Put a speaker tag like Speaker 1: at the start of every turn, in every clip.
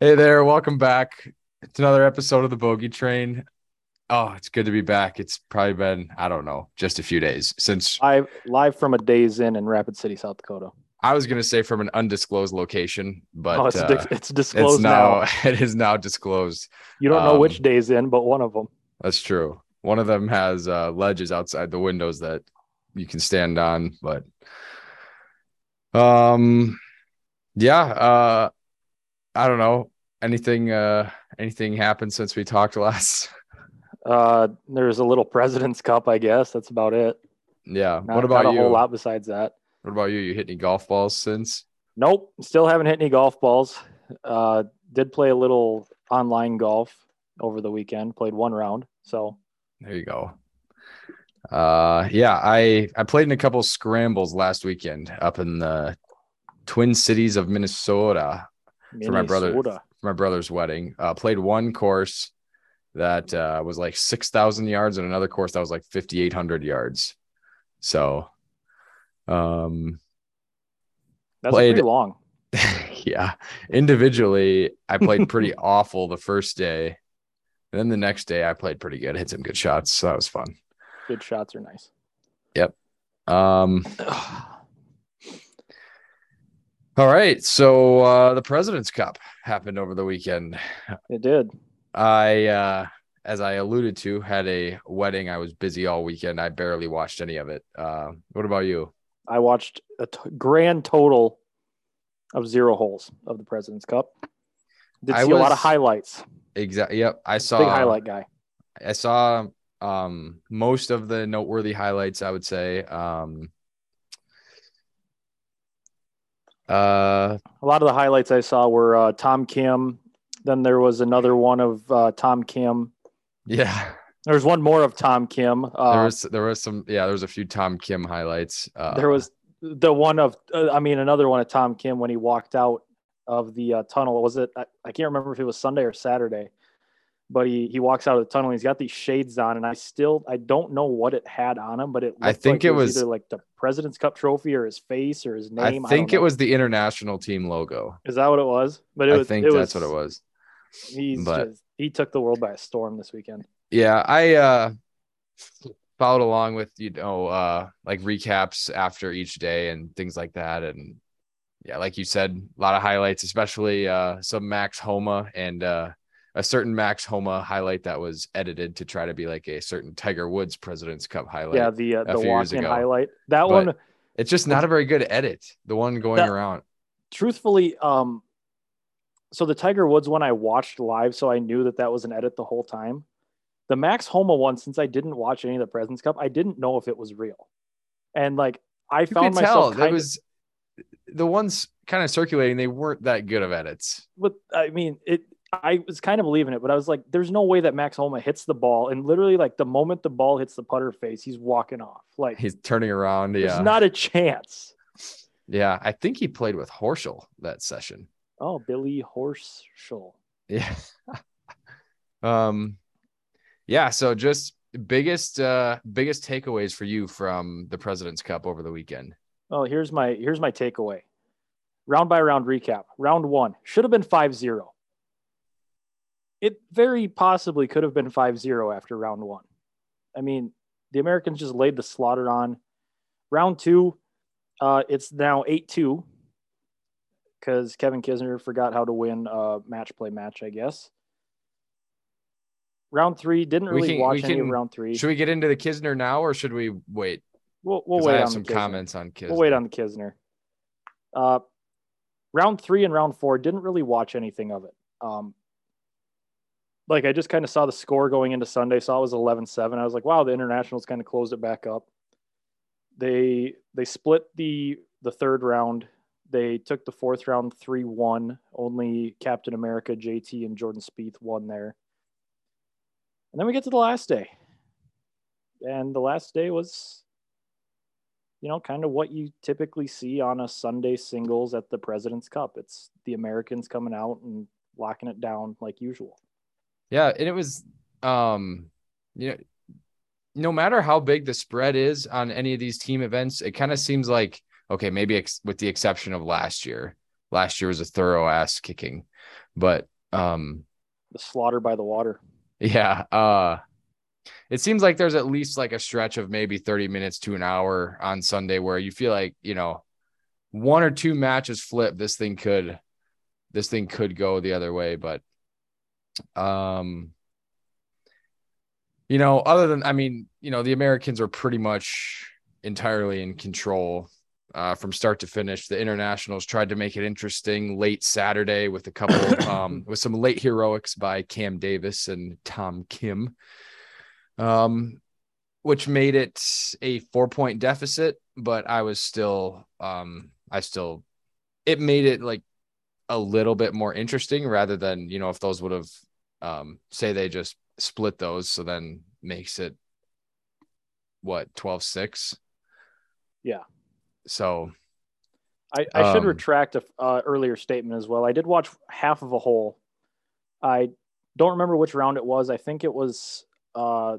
Speaker 1: Hey there, welcome back. It's another episode of the Bogey Train. Oh, it's good to be back. It's probably been, I don't know, just a few days since
Speaker 2: Live, live from a Days Inn in Rapid City, South Dakota.
Speaker 1: I was going to say from an undisclosed location, but
Speaker 2: oh, it's,
Speaker 1: uh,
Speaker 2: dis- it's disclosed
Speaker 1: it's now,
Speaker 2: now.
Speaker 1: it is now disclosed.
Speaker 2: You don't know
Speaker 1: um,
Speaker 2: which Days Inn, but one of them.
Speaker 1: That's true. One of them has uh, ledges outside the windows that you can stand on, but um, yeah. Uh, I don't know anything. Uh, anything happened since we talked last?
Speaker 2: Uh, there's a little President's Cup, I guess. That's about it.
Speaker 1: yeah.
Speaker 2: Not,
Speaker 1: what about
Speaker 2: not a
Speaker 1: you?
Speaker 2: whole lot besides that.
Speaker 1: What about you? You hit any golf balls since?
Speaker 2: Nope, still haven't hit any golf balls. Uh, did play a little online golf over the weekend. Played one round. So
Speaker 1: There you go. Uh, yeah, I I played in a couple scrambles last weekend up in the Twin Cities of Minnesota for my brother
Speaker 2: Minnesota.
Speaker 1: for my brother's wedding. Uh, played one course that uh, was like six thousand yards, and another course that was like fifty eight hundred yards. So, um,
Speaker 2: That's
Speaker 1: Played-
Speaker 2: pretty long.
Speaker 1: yeah individually i played pretty awful the first day and then the next day i played pretty good hit some good shots so that was fun
Speaker 2: Good shots are nice.
Speaker 1: um all right so uh the president's cup happened over the weekend
Speaker 2: It did.
Speaker 1: i uh as i alluded to had a wedding i was busy all weekend i barely watched any of it uh what about you
Speaker 2: I watched a t- grand total of zero holes of the President's Cup. Did
Speaker 1: I
Speaker 2: see a lot
Speaker 1: was-
Speaker 2: of highlights.
Speaker 1: exactly yep i saw
Speaker 2: Big highlight guy.
Speaker 1: I saw um most of the noteworthy highlights, I would say. Um uh
Speaker 2: A lot of the highlights I saw were uh, Tom Kim. Then there was another one of uh, Tom Kim.
Speaker 1: yeah.
Speaker 2: There was one more of Tom Kim. Uh,
Speaker 1: There was there was some yeah, there was a few Tom Kim highlights. Uh
Speaker 2: there was the one of uh, I mean another one of Tom Kim when he walked out of the uh, tunnel. Was it I, I can't remember if it was Sunday or Saturday, but he he walks out of the tunnel. He's got these shades on, and I still I don't know what it had on him, but it
Speaker 1: I
Speaker 2: looked
Speaker 1: think
Speaker 2: like
Speaker 1: it
Speaker 2: it was
Speaker 1: was-
Speaker 2: either like the President's Cup trophy or his face or his
Speaker 1: I
Speaker 2: name. don't
Speaker 1: think it
Speaker 2: know.
Speaker 1: was the international team logo.
Speaker 2: Is that what it was? But it
Speaker 1: I
Speaker 2: was,
Speaker 1: think
Speaker 2: it
Speaker 1: that's
Speaker 2: was,
Speaker 1: what it was.
Speaker 2: He's
Speaker 1: but-
Speaker 2: just, he took the world by a storm this weekend.
Speaker 1: Yeah, I uh followed along with you know uh like recaps after each day and things like that and yeah, like you said, a lot of highlights, especially uh some Max Homa and uh a certain Max Homa highlight that was edited to try to be like a certain Tiger Woods President's Cup highlight.
Speaker 2: yeah, the uh, the
Speaker 1: few years
Speaker 2: walk in
Speaker 1: ago.
Speaker 2: highlight. That
Speaker 1: But-
Speaker 2: one
Speaker 1: It's just not a very good edit, the one going
Speaker 2: That-
Speaker 1: around.
Speaker 2: truthfully, um, so the Tiger Woods one I watched live, so I knew that that was an edit the whole time. The Max Homa one, since I didn't watch any of the Presidents Cup, I didn't know if it was real, and like I
Speaker 1: You
Speaker 2: found
Speaker 1: could tell
Speaker 2: myself
Speaker 1: there
Speaker 2: kind
Speaker 1: was the ones kind of circulating, they weren't that good of edits.
Speaker 2: of, with, I mean, it. I was kind of believing it, but I was like, "There's no way that Max Homa hits the ball." And literally, like the moment the ball hits the putter face, he's walking off. Like
Speaker 1: He's turning around.
Speaker 2: there's
Speaker 1: Yeah.
Speaker 2: not a chance.
Speaker 1: yeah. I think he played with Horschel that session.
Speaker 2: Oh, Billy Horschel.
Speaker 1: Yeah. um yeah, so just biggest uh biggest takeaways for you from the President's Cup over the weekend.
Speaker 2: Well, Oh, here's my here's my takeaway. Round by round recap. Round one should have been 5-0. It very possibly could have been 5-0 after round one. I mean, the Americans just laid the slaughter on. Round two, uh, it's now 8-2 because Kevin Kisner forgot how to win a match play match, I guess. Round three didn't
Speaker 1: We
Speaker 2: really
Speaker 1: can-
Speaker 2: watch
Speaker 1: we
Speaker 2: any of
Speaker 1: can-
Speaker 2: round three.
Speaker 1: Should we get into the Kisner now or should we wait?
Speaker 2: We'll, we'll
Speaker 1: 'Cause
Speaker 2: wait
Speaker 1: I have
Speaker 2: on
Speaker 1: some
Speaker 2: the Kisner.
Speaker 1: comments on Kisner.
Speaker 2: We'll wait on the Kisner. Uh, round three and round four didn't really watch anything of it. Um, like I just kind of saw the score going into Sunday, saw it was 11-7. I was like, wow, the internationals kind of closed it back up. They they split the the third round. They took the fourth round 3-1. Only Captain America, JT, and Jordan Spieth won there. And then we get to the last day. And the last day was you know, kind of what you typically see on a Sunday singles at the President's Cup. It's the Americans coming out and locking it down like usual.
Speaker 1: Yeah, and it was um you know no matter how big the spread is on any of these team events, it kind of seems like okay, maybe ex- with the exception of last year. Last year was a thorough ass kicking, but Um,
Speaker 2: The slaughter by the water.
Speaker 1: yeah. Uh, it seems like there's at least like a stretch of maybe 30 minutes to an hour on Sunday where you feel like, you know, one or two matches flip, this thing could, this thing could go the other way. But, um, you know, other than, I mean, you know, the Americans are pretty much entirely in control uh, from start to finish. The internationals tried to make it interesting late Saturday with a couple, um, with some late heroics by Cam Davis and Tom Kim, um, which made it a four point deficit. But I was still, um, I still, it made it like a little bit more interesting rather than, you know, if those would have, um, say they just split those. So then makes it what 12 6.
Speaker 2: Yeah.
Speaker 1: So,
Speaker 2: I, I should
Speaker 1: Um,
Speaker 2: retract a uh, earlier statement as well. I did watch half of a hole. I don't remember which round it was. I think it was uh,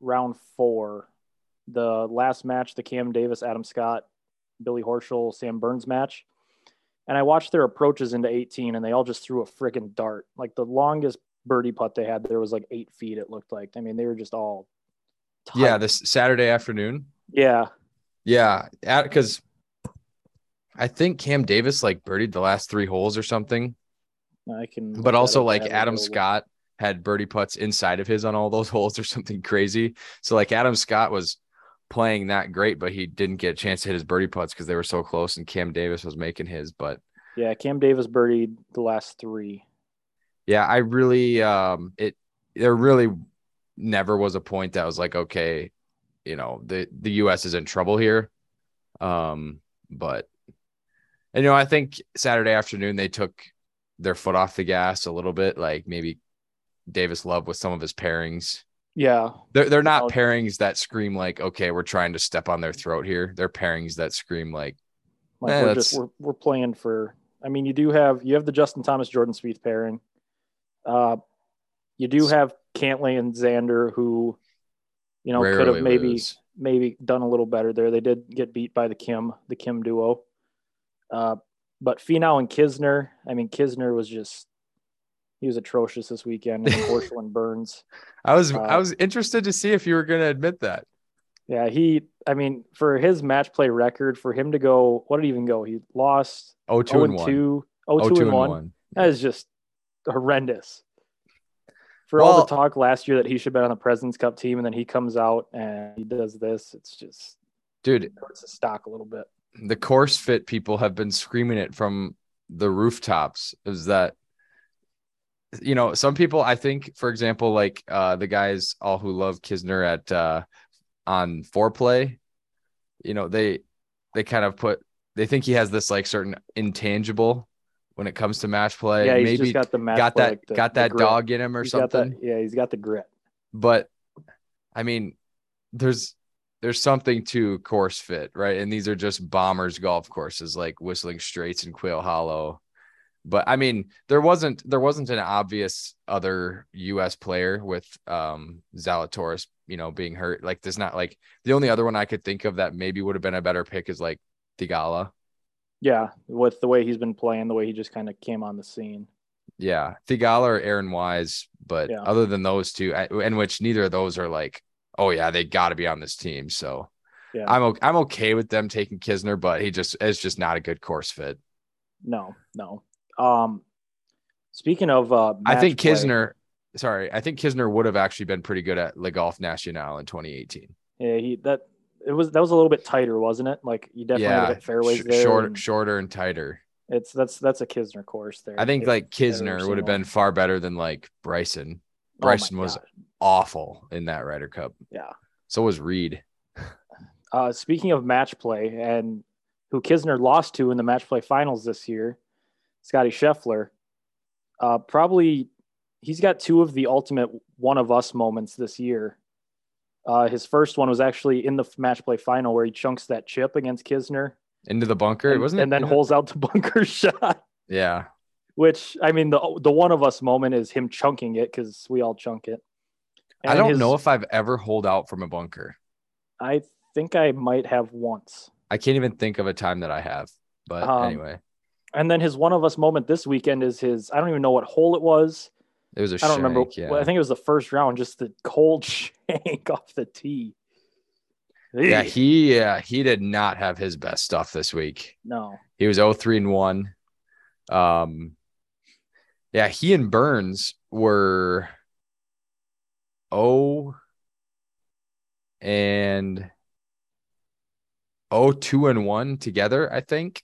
Speaker 2: round four, the last match, the Cam Davis, Adam Scott, Billy Horschel, Sam Burns match. And I watched their approaches into 18, and they all just threw a freaking dart. Like the longest birdie putt they had there was like eight feet. It looked like. I mean, they were just all. tight.
Speaker 1: Yeah, this Saturday afternoon.
Speaker 2: yeah.
Speaker 1: Yeah, because I think Cam Davis like birdied the last three holes or something,
Speaker 2: I can. look
Speaker 1: but
Speaker 2: that
Speaker 1: also
Speaker 2: up. I
Speaker 1: like
Speaker 2: have it
Speaker 1: Adam
Speaker 2: available.
Speaker 1: Scott had birdie putts inside of his on all those holes or something crazy. So like Adam Scott was playing that great, but he didn't get a chance to hit his birdie putts because they were so close, and Cam Davis was making his. But
Speaker 2: Yeah, Cam Davis birdied the last three.
Speaker 1: yeah, I really um it there really never was a point that was like, okay, you know, the the US is in trouble here. Um, but and, you know, I think Saturday afternoon they took their foot off the gas a little bit, like maybe Davis Love with some of his pairings.
Speaker 2: Yeah,
Speaker 1: They're they're not
Speaker 2: Well-
Speaker 1: pairings that scream like, okay, we're trying to step on their throat here. They're pairings that scream like,
Speaker 2: like
Speaker 1: Yeah,
Speaker 2: we're
Speaker 1: that's-
Speaker 2: just we're, we're playing for. I mean, you do have you have the Justin Thomas Jordan Spieth pairing. Uh, you do have Cantley and Xander, who you know could
Speaker 1: rarely
Speaker 2: have maybe
Speaker 1: lose.
Speaker 2: maybe done a little better there. They did get beat by the Kim the Kim duo, uh, but Finau and Kisner. I mean, Kisner was just he was atrocious this weekend. And Horschel and Burns.
Speaker 1: I was I
Speaker 2: uh,
Speaker 1: was interested to see if you were gonna admit that.
Speaker 2: Yeah, he. I mean, for his match play record, for him to go, what did he even go? He lost
Speaker 1: Oh two
Speaker 2: 0
Speaker 1: and one. Oh,
Speaker 2: 2, 0 2 oh and 1. That is just horrendous. For all
Speaker 1: Well-
Speaker 2: the talk last year that he should have been on the President's Cup team, and then he comes out and he does this, it's just
Speaker 1: Dude,
Speaker 2: hurts his stock a little bit.
Speaker 1: the course fit people have been screaming it from the rooftops is that you know some people i think for example like uh the guys all who love kisner at uh on foreplay you know they they kind of put they think he has this like certain intangible when it comes to match play
Speaker 2: yeah, he's
Speaker 1: maybe
Speaker 2: just
Speaker 1: got,
Speaker 2: got the match play,
Speaker 1: that
Speaker 2: like the-
Speaker 1: got
Speaker 2: the
Speaker 1: that
Speaker 2: grit.
Speaker 1: dog in him or
Speaker 2: He's got
Speaker 1: something
Speaker 2: that- yeah, he's got the grit.
Speaker 1: but I mean, there's there's something to course fit, right? And these are just bombers golf courses like Whistling Straits and Quail Hollow. But I mean, there wasn't there wasn't an obvious other U.S. player with um Zalatoris, you know, being hurt. Like there's not like the only other one I could think of that maybe would have been a better pick is like Thigala.
Speaker 2: Yeah, with the way he's been playing, the way he just kind of came on the scene.
Speaker 1: Yeah, Thigala or Aaron Wise, but
Speaker 2: Yeah.
Speaker 1: other than those two, I- and which neither of those are like, oh yeah, they got to be on this team. So
Speaker 2: Yeah.
Speaker 1: I'm okay, I'm okay with them taking Kisner, but he just it's just not a good course fit.
Speaker 2: No, no. Um, speaking of, uh,
Speaker 1: I think
Speaker 2: match play-
Speaker 1: Kisner, sorry, I think Kisner would have actually been pretty good at Le Golf National in 2018.
Speaker 2: Yeah, he that it was that was a little bit tighter, wasn't it? Like you definitely had to
Speaker 1: yeah,
Speaker 2: hit fairways
Speaker 1: sh-
Speaker 2: there.
Speaker 1: shorter,
Speaker 2: and
Speaker 1: shorter and tighter.
Speaker 2: It's that's that's a Kisner course there.
Speaker 1: I think
Speaker 2: It-
Speaker 1: like
Speaker 2: every
Speaker 1: Kisner would have
Speaker 2: single-
Speaker 1: been far better than like Bryson.
Speaker 2: oh my
Speaker 1: Bryson was
Speaker 2: God.
Speaker 1: awful in that Ryder Cup.
Speaker 2: Yeah.
Speaker 1: So was Reed.
Speaker 2: Uh, speaking of match play and who Kisner lost to in the match play finals this year, Scotty Scheffler. Uh, probably he's got two of the ultimate one of us moments this year. Uh, his first one was actually in the match play final where he chunks that chip against Kisner
Speaker 1: Into the bunker,
Speaker 2: and,
Speaker 1: wasn't it?
Speaker 2: and then holes out the bunker shot.
Speaker 1: Yeah.
Speaker 2: which I mean, the the one of us moment is him chunking it because we all chunk it.
Speaker 1: I
Speaker 2: And
Speaker 1: don't
Speaker 2: his-
Speaker 1: know if I've ever holed out from a bunker.
Speaker 2: I think I might have once.
Speaker 1: I can't even think of a time that I have. But
Speaker 2: Um,
Speaker 1: anyway,
Speaker 2: And then his one of us moment this weekend is his. I don't even know what hole it was.
Speaker 1: It was a
Speaker 2: I don't remember.
Speaker 1: shank, Yeah.
Speaker 2: Well, I think it was the first round. Just the cold shank off the tee.
Speaker 1: yeah,
Speaker 2: Eek.
Speaker 1: he uh, he did not have his best stuff this week.
Speaker 2: no.
Speaker 1: He was 03 and 1. Um yeah, he and Burns were 0 and 0 2 and 1 together, I think.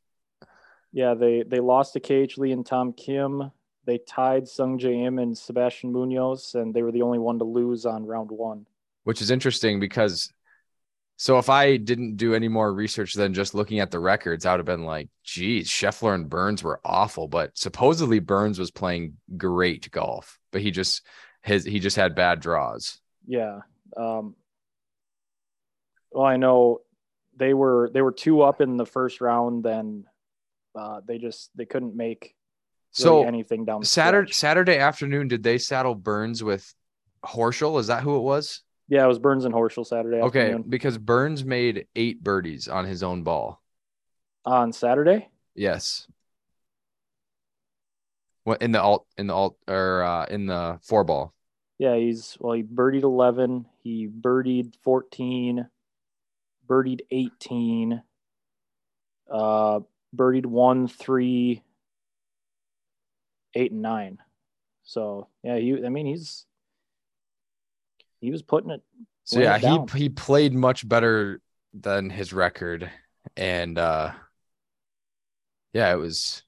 Speaker 2: Yeah, they they lost to KH Lee and Tom Kim. They tied Sung J M and Sebastian Munoz, and they were the only one to lose on round one.
Speaker 1: which is interesting because so if I didn't do any more research than just looking at the records, I would have been like, geez, Scheffler and Burns were awful. But supposedly Burns was playing great golf, but he just his he just had bad draws.
Speaker 2: Yeah. Um, well, I know they were they were two up in the first round. Then uh, they just they couldn't make really
Speaker 1: So
Speaker 2: anything down the
Speaker 1: Saturday
Speaker 2: stretch.
Speaker 1: Saturday afternoon, did they saddle Burns with Horschel? Is that who it was?
Speaker 2: Yeah, it was Burns and Horschel Saturday
Speaker 1: Okay,
Speaker 2: afternoon
Speaker 1: because Burns made eight birdies on his own ball.
Speaker 2: on Saturday.
Speaker 1: Yes. What in the alt in the alt or uh, in the four ball?
Speaker 2: Yeah, he's well. He birdied eleven. He birdied fourteen. Birdied eighteen. Uh, birdied one, three, eight, and nine. So yeah, he. I mean, he's he was putting it.
Speaker 1: So
Speaker 2: Lay
Speaker 1: yeah,
Speaker 2: it
Speaker 1: he
Speaker 2: down.
Speaker 1: he played much better than his record, and uh, yeah, it was.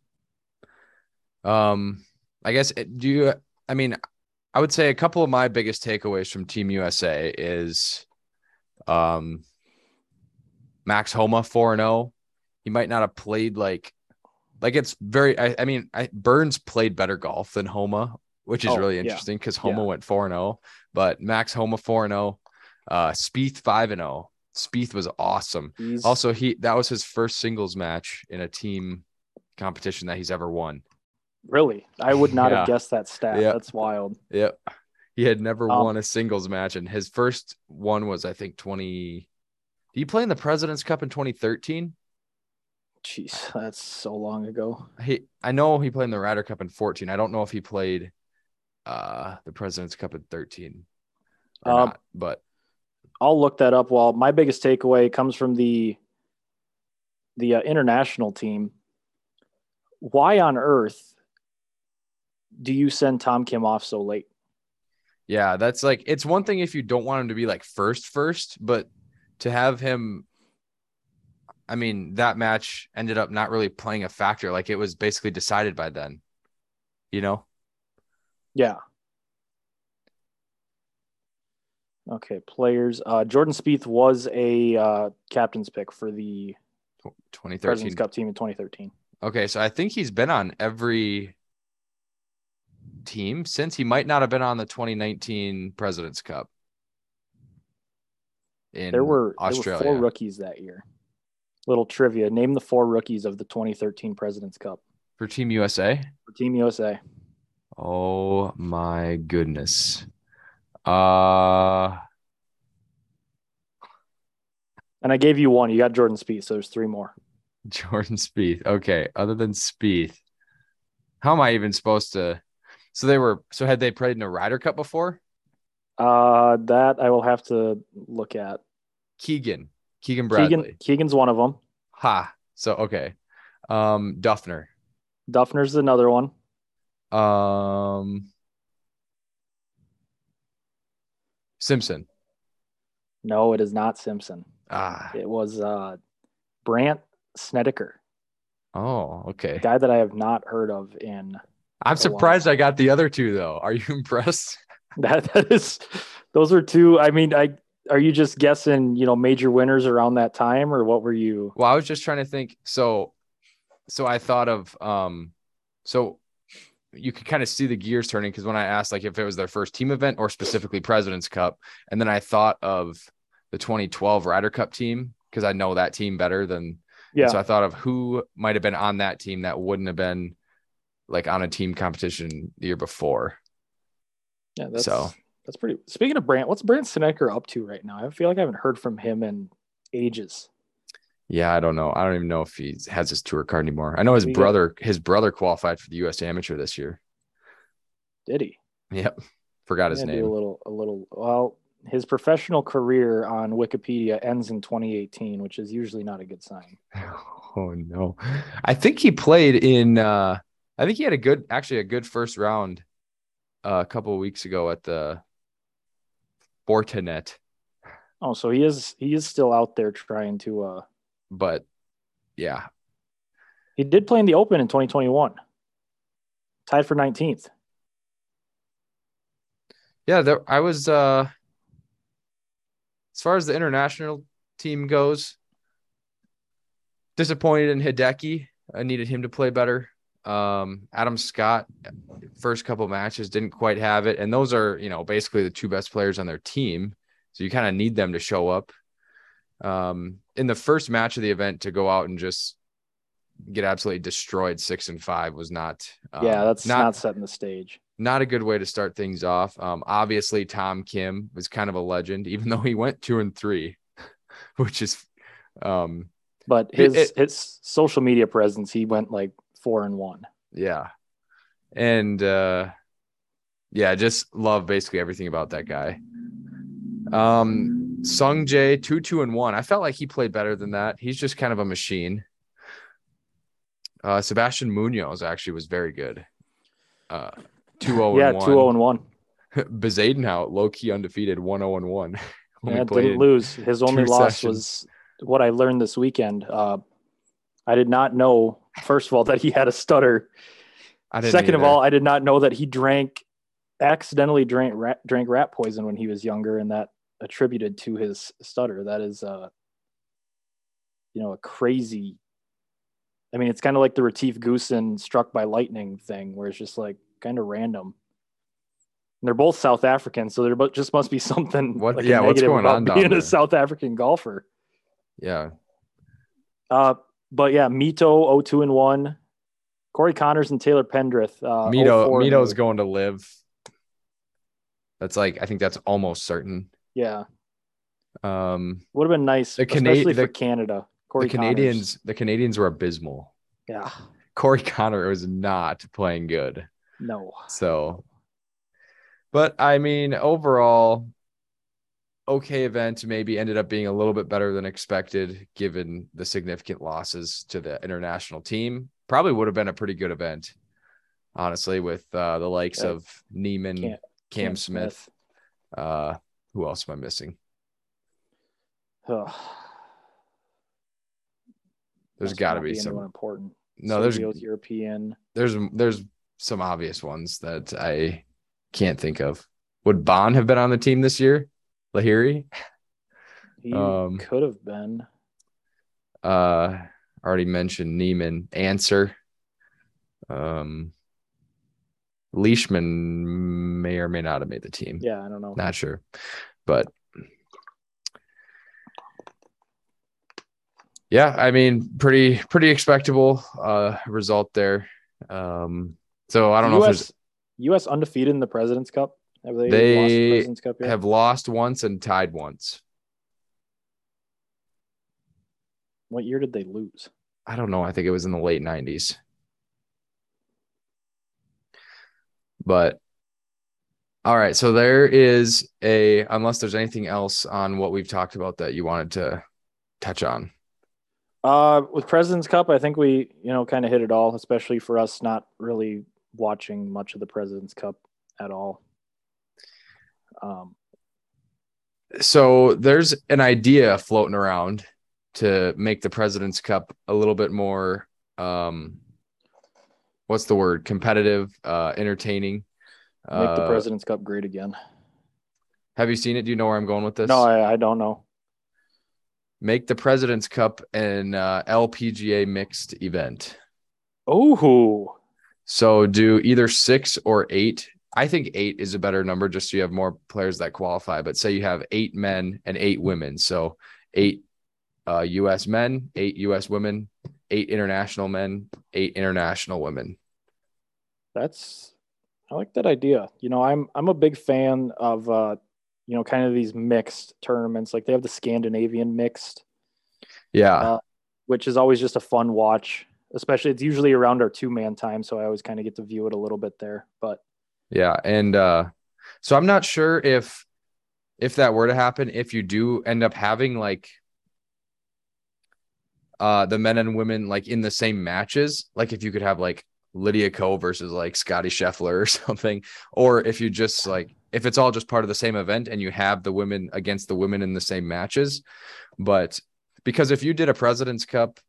Speaker 1: Um, I guess it- do you? I mean, I would say a couple of my biggest takeaways from Team USA is, um, Max Homa four and zero. He might not have played like, like it's very. I, I mean, I, Burns played better golf than Homa, which is
Speaker 2: Oh,
Speaker 1: really
Speaker 2: yeah.
Speaker 1: interesting because
Speaker 2: Yeah.
Speaker 1: Homa went four and zero, but Max Homa four and zero. Uh, Spieth five and zero. Spieth was awesome.
Speaker 2: He's
Speaker 1: Also, he that was his first singles match in a team competition that he's ever won.
Speaker 2: really. I would not have
Speaker 1: Yeah.
Speaker 2: guessed that stat.
Speaker 1: Yeah.
Speaker 2: That's wild.
Speaker 1: Yep, he had never
Speaker 2: Um,
Speaker 1: won a singles match, and his first one was I think twenty. Did he play in the Presidents Cup in twenty thirteen?
Speaker 2: Jeez, that's so long ago.
Speaker 1: He I know he played in the Ryder Cup in fourteen. I don't know if he played uh the Presidents Cup in thirteen. or
Speaker 2: Um,
Speaker 1: not, but
Speaker 2: I'll look that up. While my biggest takeaway comes from the the uh, international team, why on earth do you send Tom Kim off so late?
Speaker 1: Yeah, that's like it's one thing if you don't want him to be like first first, but to have him I mean, that match ended up not really playing a factor. Like it was basically decided by then. You know?
Speaker 2: Yeah. Okay, players. Uh, Jordan Spieth was a uh, captain's pick for the
Speaker 1: Tw- 2013.
Speaker 2: Presidents Cup team in 2013.
Speaker 1: Okay, so I think he's been on every team since he might not have been on the 2019 President's Cup. In
Speaker 2: There were, there were
Speaker 1: Australia.
Speaker 2: four rookies that year. Little trivia: Name the four rookies of the 2013 Presidents Cup
Speaker 1: for Team USA.
Speaker 2: for Team USA.
Speaker 1: Oh my goodness. Uh
Speaker 2: And I gave you one. You got Jordan Spieth, so there's three more.
Speaker 1: Jordan Spieth. Okay, other than Spieth, how am I even supposed to? So they were. So had they played in a Ryder Cup before?
Speaker 2: Uh, that I will have to look at.
Speaker 1: Keegan, Keegan Bradley.
Speaker 2: Keegan, Keegan's one of them.
Speaker 1: Ha. So okay, um, Duffner.
Speaker 2: Duffner's another one.
Speaker 1: Um, Simpson.
Speaker 2: No, it is not Simpson.
Speaker 1: Ah.
Speaker 2: It was uh, Brant Snedeker,
Speaker 1: Oh, okay.
Speaker 2: guy that I have not heard of in
Speaker 1: I'm
Speaker 2: Wow.
Speaker 1: surprised I got the other two though. Are you impressed?
Speaker 2: that. That is, those are two. I mean, I are you just guessing? You know, major winners around that time, or what were you?
Speaker 1: Well, I was just trying to think. So, so I thought of, um, so you could kind of see the gears turning because when I asked like if it was their first team event or specifically President's Cup, and then I thought of the 2012 Ryder Cup team because I know that team better than.
Speaker 2: Yeah,
Speaker 1: So I thought of who might have been on that team that wouldn't have been like on a team competition the year before.
Speaker 2: yeah. That's,
Speaker 1: so-
Speaker 2: that's pretty. Speaking of Brant, what's Brant Snedeker up to right now? I feel like I haven't heard from him in ages.
Speaker 1: Yeah, I don't know. I don't even know if he has his tour card anymore. I know his
Speaker 2: We got-
Speaker 1: brother, his brother qualified for the U.S. Amateur this year.
Speaker 2: Did he?
Speaker 1: Yep, forgot his
Speaker 2: I'm gonna do
Speaker 1: name.
Speaker 2: A little, a little. Well, his professional career on Wikipedia ends in 2018, which is usually not a good sign.
Speaker 1: Oh no, I think he played in. uh I think he had a good, actually a good first round, uh, a couple of weeks ago at the Fortinet.
Speaker 2: Oh, so he is he is still out there trying to. uh
Speaker 1: But yeah,
Speaker 2: He did play in the Open in 2021, tied for 19th.
Speaker 1: yeah, there, I was. uh As far as the international team goes, disappointed in Hideki. I needed him to play better. Um, Adam Scott, first couple matches didn't quite have it, and those are you know basically the two best players on their team, so you kind of need them to show up. Um, in the first match of the event, to go out and just get absolutely destroyed six and five was not. um,
Speaker 2: yeah, that's not, setting the stage.
Speaker 1: not a good way to start things off. Um, obviously, Tom Kim was kind of a legend, even though he went two and three, which is, um,
Speaker 2: But
Speaker 1: it-
Speaker 2: his his social media presence, he went like four and one.
Speaker 1: yeah, and uh, yeah, just love basically everything about that guy. Um, Sung Jae two two and one. I felt like he played better than that. He's just kind of a machine. Uh, Sebastian Munoz actually was very good. Uh, two zero
Speaker 2: yeah,
Speaker 1: and one.
Speaker 2: two oh zero and one.
Speaker 1: Bazadenhout low key undefeated 101 1. Only
Speaker 2: Yeah,
Speaker 1: played-
Speaker 2: didn't lose. His only
Speaker 1: two
Speaker 2: loss
Speaker 1: sessions.
Speaker 2: was what I learned this weekend. Uh, I did not know, first of all, that he had a stutter.
Speaker 1: I didn't
Speaker 2: Second of
Speaker 1: either.
Speaker 2: all, I did not know that he drank, accidentally drank rat, drank rat poison when he was younger, and that attributed to his stutter. That is, uh, you know, a crazy. I mean, it's kind of like the Retief Goosen struck by lightning thing, where it's just like kind of random. And they're both South African, so there bu- just must be something.
Speaker 1: What-
Speaker 2: like a
Speaker 1: yeah, what's
Speaker 2: negative
Speaker 1: going
Speaker 2: about
Speaker 1: on down
Speaker 2: Being
Speaker 1: there?
Speaker 2: a South African golfer.
Speaker 1: yeah,
Speaker 2: Uh, but yeah, Mito 02 and 1. Corey Connors and Taylor Pendrith. Uh,
Speaker 1: Mito
Speaker 2: 04 and
Speaker 1: Mito's
Speaker 2: 08.
Speaker 1: going to live. That's like I think that's almost certain.
Speaker 2: Yeah.
Speaker 1: Um,
Speaker 2: Would have been nice,
Speaker 1: The Cana-
Speaker 2: especially
Speaker 1: the-
Speaker 2: for Canada. Corey
Speaker 1: the Canadians, the Canadians were abysmal.
Speaker 2: Connors. Yeah.
Speaker 1: Corey Connor was not playing good.
Speaker 2: No.
Speaker 1: So, but I mean, overall, okay event maybe ended up being a little bit better than expected given the significant losses to the international team. Probably would have been a pretty good event, honestly, with uh, the likes
Speaker 2: Yeah.
Speaker 1: of Neiman, Cam,
Speaker 2: Cam- Cam
Speaker 1: Smith. Uh, who else am I missing?
Speaker 2: Ugh.
Speaker 1: There's
Speaker 2: Must
Speaker 1: got to
Speaker 2: not
Speaker 1: be
Speaker 2: anyone
Speaker 1: some.
Speaker 2: important.
Speaker 1: No, there's
Speaker 2: Sergio's European.
Speaker 1: there's there's some obvious ones that I can't think of. Would Bond have been on the team this year? Lahiri?
Speaker 2: He
Speaker 1: Um,
Speaker 2: could have been.
Speaker 1: uh already mentioned Neiman answer. Um Leishman may or may not have made the team.
Speaker 2: Yeah, I don't know.
Speaker 1: Not sure. But yeah, I mean pretty pretty expectable uh result there. Um so I don't know if there's
Speaker 2: US, U.S. undefeated in the President's Cup. Have they, lost
Speaker 1: They
Speaker 2: the President's Cup yet?
Speaker 1: have lost once and tied once.
Speaker 2: What year did they lose?
Speaker 1: I don't know. I think it was in the late nineties. But all right, so there is a unless there's anything else on what we've talked about that you wanted to touch on.
Speaker 2: Uh, with President's Cup, I think we, you know, kind of hit it all, especially for us not really watching much of the President's Cup at all. Um,
Speaker 1: So there's an idea floating around to make the President's Cup a little bit more um what's the word? competitive, uh entertaining.
Speaker 2: make the
Speaker 1: Uh,
Speaker 2: President's Cup great again.
Speaker 1: have you seen it? Do you know where I'm going with this?
Speaker 2: No, I, I don't know.
Speaker 1: make the President's Cup an uh, LPGA mixed event.
Speaker 2: Oh,
Speaker 1: So do either six or eight. I think eight is a better number just so you have more players that qualify. But say you have eight men and eight women. So eight uh, US men, eight US women, eight international men, eight international women.
Speaker 2: that's I like that idea. You know, I'm I'm a big fan of uh, you know, kind of these mixed tournaments. Like they have the Scandinavian mixed.
Speaker 1: Yeah.
Speaker 2: Uh, which is always just a fun watch. Especially, it's usually around our two man time, so I always kind of get to view it a little bit there. But
Speaker 1: Yeah, and uh, so I'm not sure if if that were to happen, if you do end up having like uh the men and women like in the same matches, like if you could have like Lydia Ko versus like Scotty Scheffler or something, or if you just like if it's all just part of the same event and you have the women against the women in the same matches, but because if you did a President's Cup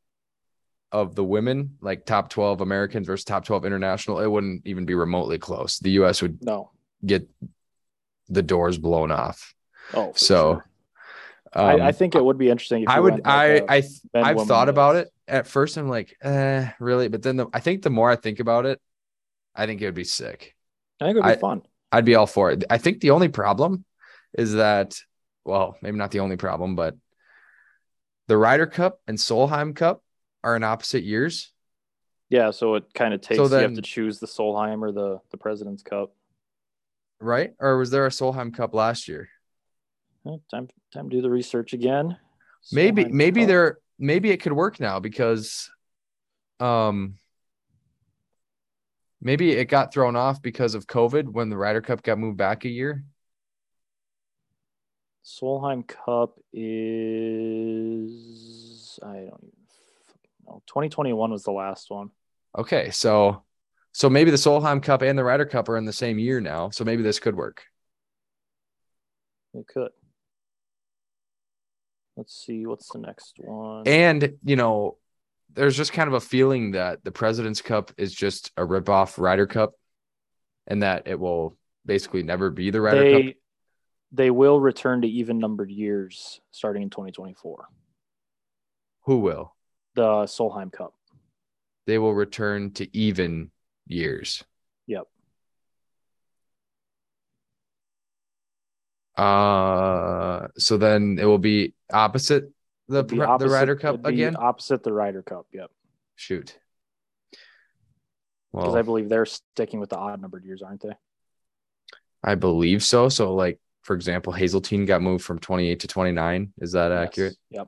Speaker 1: of the women, like top 12 Americans versus top 12 international, it wouldn't even be remotely close. The US would
Speaker 2: no,
Speaker 1: get the doors blown off.
Speaker 2: oh, for
Speaker 1: So
Speaker 2: sure. I, I
Speaker 1: um,
Speaker 2: think it would be interesting. If
Speaker 1: I
Speaker 2: you
Speaker 1: would
Speaker 2: went like
Speaker 1: I
Speaker 2: a
Speaker 1: I th-
Speaker 2: men,
Speaker 1: I've
Speaker 2: women
Speaker 1: thought about
Speaker 2: mix.
Speaker 1: it at first. I'm like, eh, really? But then the, I think the more I think about it, I think it would be sick.
Speaker 2: I think it would be
Speaker 1: I-
Speaker 2: fun.
Speaker 1: I'd be all for it. I think the only problem is that, well, maybe not the only problem, but the Ryder Cup and Solheim Cup are in opposite years.
Speaker 2: Yeah, so it kind of takes you have
Speaker 1: then-
Speaker 2: to choose the Solheim or the the President's Cup.
Speaker 1: right? Or was there a Solheim Cup last year?
Speaker 2: Well, time time to do the research again.
Speaker 1: Maybe,
Speaker 2: Solheim
Speaker 1: maybe
Speaker 2: Cup.
Speaker 1: there, maybe it could work now because, um, maybe it got thrown off because of COVID when the Ryder Cup got moved back a year.
Speaker 2: Solheim Cup is I don't even fucking know. 2021 was the last one.
Speaker 1: Okay, so, so maybe the Solheim Cup and the Ryder Cup are in the same year now. So maybe this could work.
Speaker 2: It could. Let's see what's the next one.
Speaker 1: And you know, there's just kind of a feeling that the President's Cup is just a ripoff Ryder Cup, and that it will basically never be the Ryder Cup.
Speaker 2: they they will return to even numbered years starting in 2024.
Speaker 1: Who will?
Speaker 2: The Solheim Cup.
Speaker 1: they will return to even years.
Speaker 2: Yep.
Speaker 1: Uh, so then it will be opposite the
Speaker 2: It'd be
Speaker 1: pre-
Speaker 2: opposite-
Speaker 1: the Ryder Cup
Speaker 2: it'd be
Speaker 1: again.
Speaker 2: Opposite the Ryder Cup. Yep.
Speaker 1: Shoot.
Speaker 2: Because
Speaker 1: Well,
Speaker 2: I believe they're sticking with the odd numbered years, aren't they?
Speaker 1: I believe so. So, like for example, Hazeltine got moved from twenty eight to twenty nine. Is that
Speaker 2: Yes.
Speaker 1: accurate?
Speaker 2: Yep.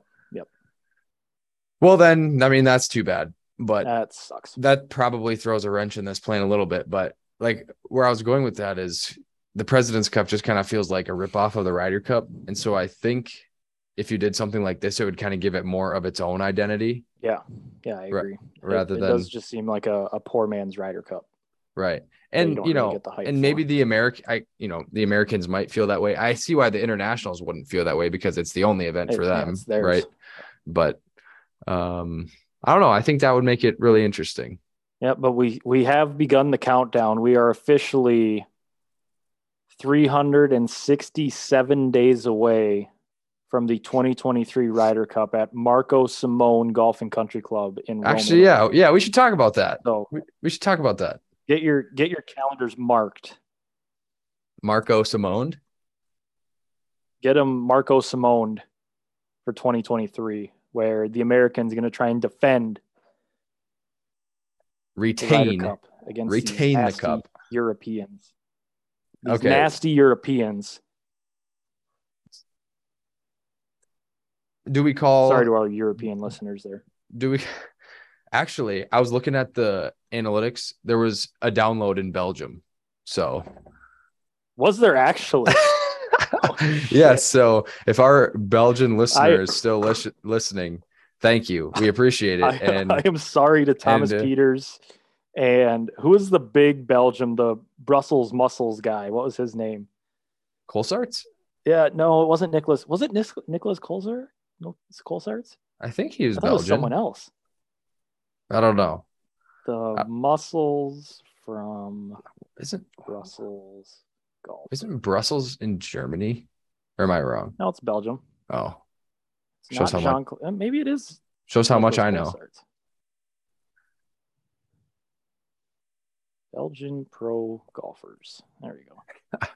Speaker 1: Well, then I mean that's too bad. But
Speaker 2: That sucks.
Speaker 1: that probably throws a wrench in this plan a little bit, but like where I was going with that is the President's Cup just kind of feels like a ripoff of the Ryder Cup. And so I think if you did something like this, it would kind of give it more of its own identity
Speaker 2: Yeah. Yeah, I agree. It-
Speaker 1: rather
Speaker 2: it,
Speaker 1: than
Speaker 2: does just seem like a, a poor man's Ryder Cup.
Speaker 1: right.
Speaker 2: that
Speaker 1: And
Speaker 2: don't
Speaker 1: you
Speaker 2: really
Speaker 1: know,
Speaker 2: get the hype
Speaker 1: and
Speaker 2: for.
Speaker 1: maybe the American, I you know, the Americans might feel that way. I see why the internationals wouldn't feel that way because it's the only event
Speaker 2: It-
Speaker 1: for
Speaker 2: yeah,
Speaker 1: them,
Speaker 2: it's theirs.
Speaker 1: right? But um, I don't know. I think that would make it really interesting.
Speaker 2: Yeah, but we we have begun the countdown. We are officially 367 days away from the 2023 Ryder Cup at Marco Simone Golf and Country Club in Rome,
Speaker 1: Actually, yeah,
Speaker 2: Italy.
Speaker 1: yeah, we should talk about that.
Speaker 2: So
Speaker 1: We, we should talk about that.
Speaker 2: get your get your calendars marked.
Speaker 1: Marco Simone.
Speaker 2: Get them Marco Simone for 2023, where the American's going to try and defend the Ryder
Speaker 1: retain
Speaker 2: Cup against these
Speaker 1: retain the
Speaker 2: nasty
Speaker 1: cup
Speaker 2: Europeans. These
Speaker 1: Okay.
Speaker 2: nasty Europeans.
Speaker 1: do we call
Speaker 2: Sorry to our European listeners there.
Speaker 1: do we actually i was looking at the analytics there was a download in belgium so
Speaker 2: Was there actually?
Speaker 1: yes
Speaker 2: shit.
Speaker 1: so if our belgian listener
Speaker 2: I-
Speaker 1: is still lis- listening thank you we appreciate it
Speaker 2: I,
Speaker 1: and
Speaker 2: I am sorry to Thomas
Speaker 1: and, uh,
Speaker 2: Peters. And who is the big Belgium, the Brussels muscles guy? What was his name?
Speaker 1: colsarts
Speaker 2: Yeah, no, it wasn't Nicholas. Was it Nis- Nicholas Kolzer? No, it's Kolsarts?
Speaker 1: i think he was
Speaker 2: I thought it was someone
Speaker 1: belgian
Speaker 2: else.
Speaker 1: i don't know
Speaker 2: The
Speaker 1: Uh,
Speaker 2: muscles from
Speaker 1: isn't
Speaker 2: Brussels golf.
Speaker 1: isn't brussels in germany or am i wrong
Speaker 2: No, it's Belgium.
Speaker 1: oh
Speaker 2: It's
Speaker 1: Shows
Speaker 2: not
Speaker 1: how
Speaker 2: Jean. Cl- maybe it is.
Speaker 1: shows how much
Speaker 2: Nicholas
Speaker 1: i know
Speaker 2: Kolsarts. Belgian pro golfers. There we go.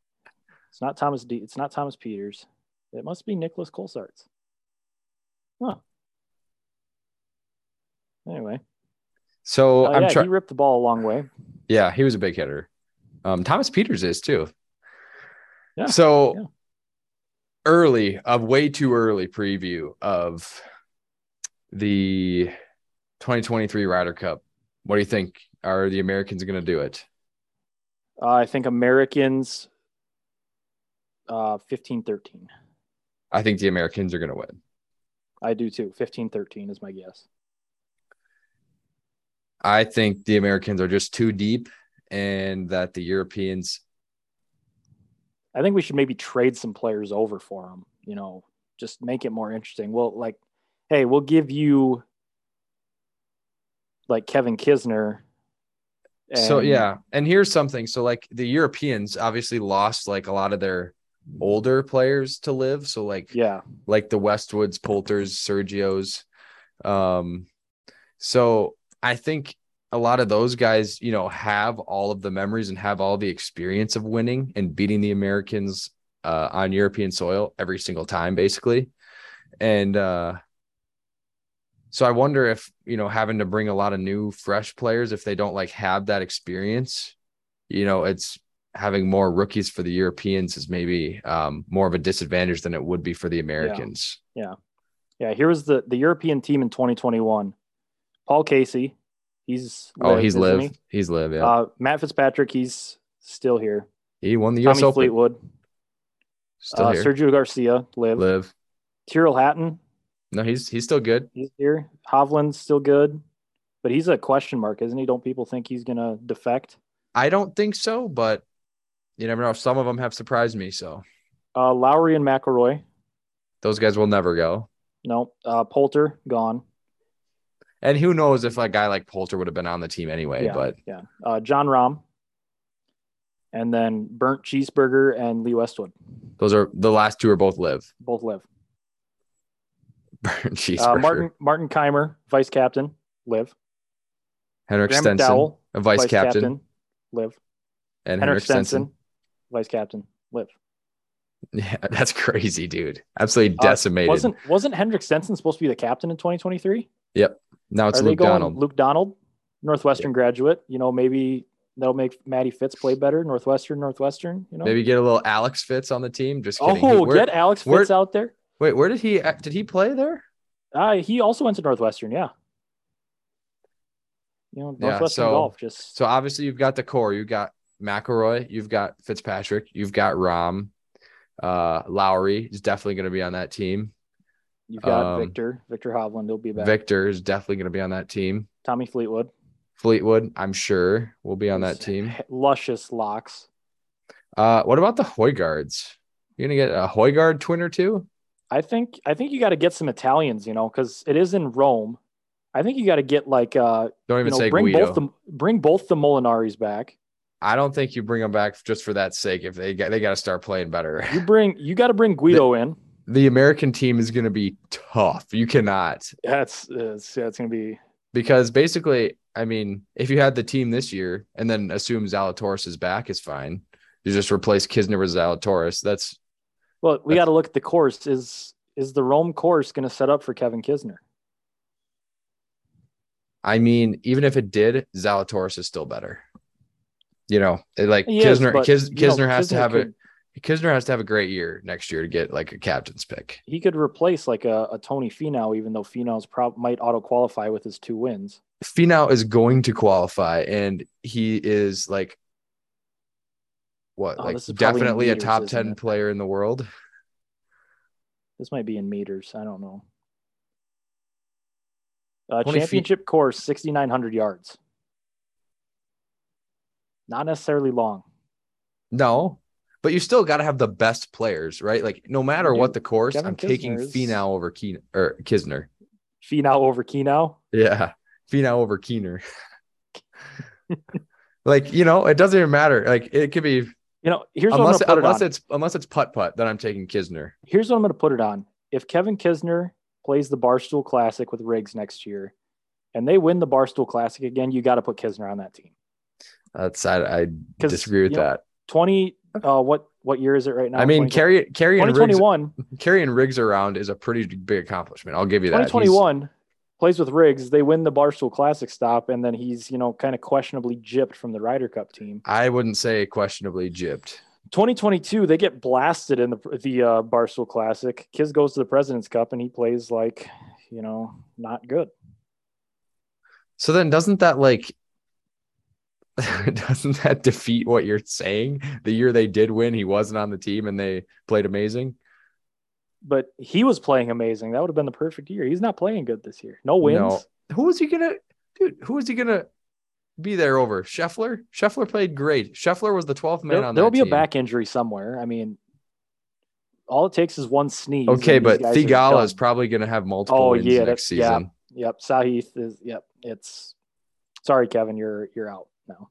Speaker 2: it's not Thomas D. It's not Thomas Peters. It must be Nicholas Kolsarts. Huh. Anyway,
Speaker 1: so
Speaker 2: oh,
Speaker 1: i'm
Speaker 2: yeah,
Speaker 1: trying
Speaker 2: he ripped the ball a long way.
Speaker 1: Yeah, he was a big hitter. Um, Thomas Peters is too.
Speaker 2: Yeah,
Speaker 1: So
Speaker 2: yeah.
Speaker 1: early, a way too early preview of the 2023 Ryder Cup. What do you think? Are the Americans going to do it?
Speaker 2: Uh, I think Americans uh, 15 13.
Speaker 1: I think the Americans are going to win.
Speaker 2: I do too. 15 13 is my guess.
Speaker 1: I think the Americans are just too deep and that the Europeans
Speaker 2: I think we should maybe trade some players over for them, you know, just make it more interesting. Well, like, hey, we'll give you like Kevin Kisner.
Speaker 1: so yeah, and here's something. So like the Europeans obviously lost like a lot of their older players to live. So like
Speaker 2: Yeah.
Speaker 1: like the Westwoods, Poulters, Sergios. Um, so I think a lot of those guys, you know, have all of the memories and have all the experience of winning and beating the Americans uh, on European soil every single time, basically. And uh, so I wonder if you know having to bring a lot of new, fresh players, if they don't like have that experience, you know, it's having more rookies for the Europeans is maybe um, more of a disadvantage than it would be for the Americans.
Speaker 2: Yeah. Here's the, the European team in 2021 Paul Casey. He's
Speaker 1: Oh, he's
Speaker 2: isn't
Speaker 1: live.
Speaker 2: he?
Speaker 1: He's live. Yeah,
Speaker 2: Uh, Matt Fitzpatrick, he's still here.
Speaker 1: he won the
Speaker 2: Tommy
Speaker 1: U.S. Open.
Speaker 2: Fleetwood,
Speaker 1: Still
Speaker 2: uh,
Speaker 1: here.
Speaker 2: Sergio Garcia, live.
Speaker 1: live.
Speaker 2: Tyrrell Hatton,
Speaker 1: No, he's he's still good.
Speaker 2: he's here. Hovland's still good, but he's a question mark, isn't he? Don't people think he's gonna defect?
Speaker 1: I don't think so, but you never know. Some of them have surprised me. So
Speaker 2: Uh, Lowry and McElroy,
Speaker 1: those guys will never go.
Speaker 2: no. Uh, Poulter gone.
Speaker 1: And who knows if a guy like Poulter would have been on the team anyway?
Speaker 2: yeah,
Speaker 1: But
Speaker 2: yeah. Uh, John Rahm, and then Burnt Cheeseburger and Lee Westwood
Speaker 1: those are the last two are both live.
Speaker 2: both live.
Speaker 1: Jeez,
Speaker 2: Uh,
Speaker 1: for
Speaker 2: Martin
Speaker 1: sure.
Speaker 2: Martin Keimer, vice captain, live.
Speaker 1: Henrik
Speaker 2: Graham
Speaker 1: Stenson,
Speaker 2: McDowell,
Speaker 1: a vice, captain,
Speaker 2: live.
Speaker 1: and
Speaker 2: Henrik
Speaker 1: Henrik Stenson.
Speaker 2: Stenson, vice captain, live.
Speaker 1: Yeah, that's crazy, dude. Absolutely
Speaker 2: Uh,
Speaker 1: decimated.
Speaker 2: Wasn't wasn't Hendrik Stenson supposed to be the captain in 2023?
Speaker 1: now it's
Speaker 2: Are they
Speaker 1: Luke
Speaker 2: going
Speaker 1: Donald.
Speaker 2: Luke Donald, Northwestern graduate. You know, maybe that'll make Matty Fitz play better. Northwestern, Northwestern. You know,
Speaker 1: Maybe get a little Alex Fitz on the team. Just kidding. He-
Speaker 2: Oh,
Speaker 1: where-
Speaker 2: get Alex
Speaker 1: we're-
Speaker 2: Fitz out there.
Speaker 1: wait, where did he did he play there?
Speaker 2: Uh, he also went to Northwestern. Yeah. You know,
Speaker 1: Yeah,
Speaker 2: Northwestern
Speaker 1: so-
Speaker 2: golf just
Speaker 1: So obviously you've got the core. You've got McElroy. You've got Fitzpatrick. You've got Rom. Uh, Lowry is definitely going to be on that team.
Speaker 2: you've got
Speaker 1: um,
Speaker 2: Victor, Victor Hovland. He'll be back.
Speaker 1: Victor is definitely going to be on that team.
Speaker 2: Tommy Fleetwood
Speaker 1: Fleetwood, I'm sure, will be on that
Speaker 2: Who's-
Speaker 1: team.
Speaker 2: Luscious locks.
Speaker 1: Uh, what about the Hoygards? You're going to get a Hoygaard twin or two?
Speaker 2: I think I think you got to get some Italians. You know, because it is in Rome. I think you got to get like uh,
Speaker 1: Don't
Speaker 2: you
Speaker 1: even
Speaker 2: know,
Speaker 1: say
Speaker 2: bring
Speaker 1: Guido.
Speaker 2: both the bring both the Molinaris back.
Speaker 1: I don't think you bring them back just for that sake. If they got, they got to start playing better.
Speaker 2: You bring you got to bring Guido in.
Speaker 1: The American team is going to be tough. You cannot
Speaker 2: That's that's that's gonna be
Speaker 1: because basically, I mean, if you had the team this year and then assume Zalatoris is back, is fine. You just replace Kisner with Zalatoris. That's
Speaker 2: well. We
Speaker 1: That's-
Speaker 2: got to look at the course. Is is the Rome course going to set up for Kevin Kisner?
Speaker 1: I mean, even if it did, Zalatoris is still better. You know, it, like
Speaker 2: He is,
Speaker 1: Kisner,
Speaker 2: but,
Speaker 1: Kis,
Speaker 2: you know,
Speaker 1: Kisner has to
Speaker 2: Kisner
Speaker 1: have
Speaker 2: could-
Speaker 1: a Kisner has to have a great year next year to get like a captain's pick.
Speaker 2: He could replace like a, a Tony Finau, even though Finau's prob might auto qualify with his two wins.
Speaker 1: Finau is going to qualify, and he is like what,
Speaker 2: Oh,
Speaker 1: like
Speaker 2: this is probably in
Speaker 1: definitely
Speaker 2: meters,
Speaker 1: a top
Speaker 2: isn't
Speaker 1: ten
Speaker 2: it?
Speaker 1: player in the world.
Speaker 2: This might be in meters. I don't know. Uh,
Speaker 1: 20 feet.
Speaker 2: championship course, sixty nine hundred yards. Not necessarily long.
Speaker 1: No, but you still got to have the best players, right? Like no matter
Speaker 2: do.
Speaker 1: what the course,
Speaker 2: Kevin
Speaker 1: I'm taking
Speaker 2: Kisner is-
Speaker 1: Finau over Keen or Kisner.
Speaker 2: Finau over Kinau.
Speaker 1: Yeah, Finau over Keener. like you know, it doesn't even matter. Like it could be
Speaker 2: You know, here's
Speaker 1: unless
Speaker 2: what I'm gonna put it on.
Speaker 1: unless it's unless it's putt putt, then I'm taking Kisner.
Speaker 2: here's what I'm going to put it on. If Kevin Kisner plays the Barstool Classic with Riggs next year, and they win the Barstool Classic again, you got to put Kisner on that team.
Speaker 1: That's I, I
Speaker 2: 'Cause,
Speaker 1: disagree with
Speaker 2: you know,
Speaker 1: that.
Speaker 2: Twenty, uh, what what year is it right now?
Speaker 1: I mean, carry carry and
Speaker 2: twenty
Speaker 1: rigs
Speaker 2: twenty one.
Speaker 1: carrying rigs around is a pretty big accomplishment. I'll give you that.
Speaker 2: Twenty
Speaker 1: He's-
Speaker 2: twenty one plays with Riggs. They win the Barstool Classic stop, and then he's you know kind of questionably gypped from the Ryder Cup team.
Speaker 1: I wouldn't say questionably gypped.
Speaker 2: Twenty twenty two, they get blasted in the the uh, Barstool Classic. Kiz goes to the Presidents Cup, and he plays like you know, not good.
Speaker 1: So then doesn't that like doesn't that defeat what you're saying? The year they did win, he wasn't on the team and they played amazing.
Speaker 2: But he was playing amazing. That would have been the perfect year. He's not playing good this year. No wins.
Speaker 1: No. Who is he gonna dude? Who is he gonna be there over? Scheffler? Scheffler played great. Scheffler was the 12th man
Speaker 2: there,
Speaker 1: on
Speaker 2: will
Speaker 1: that
Speaker 2: be a
Speaker 1: team.
Speaker 2: back injury somewhere. I mean, all it takes is one sneeze.
Speaker 1: Okay,
Speaker 2: and these
Speaker 1: but
Speaker 2: guys are
Speaker 1: Thigala is
Speaker 2: done.
Speaker 1: probably gonna have multiple
Speaker 2: Oh,
Speaker 1: wins
Speaker 2: yeah,
Speaker 1: next
Speaker 2: that's- yeah.
Speaker 1: season.
Speaker 2: Yep, Sahith is. Yep, it's. Sorry, Kevin, you're you're out now.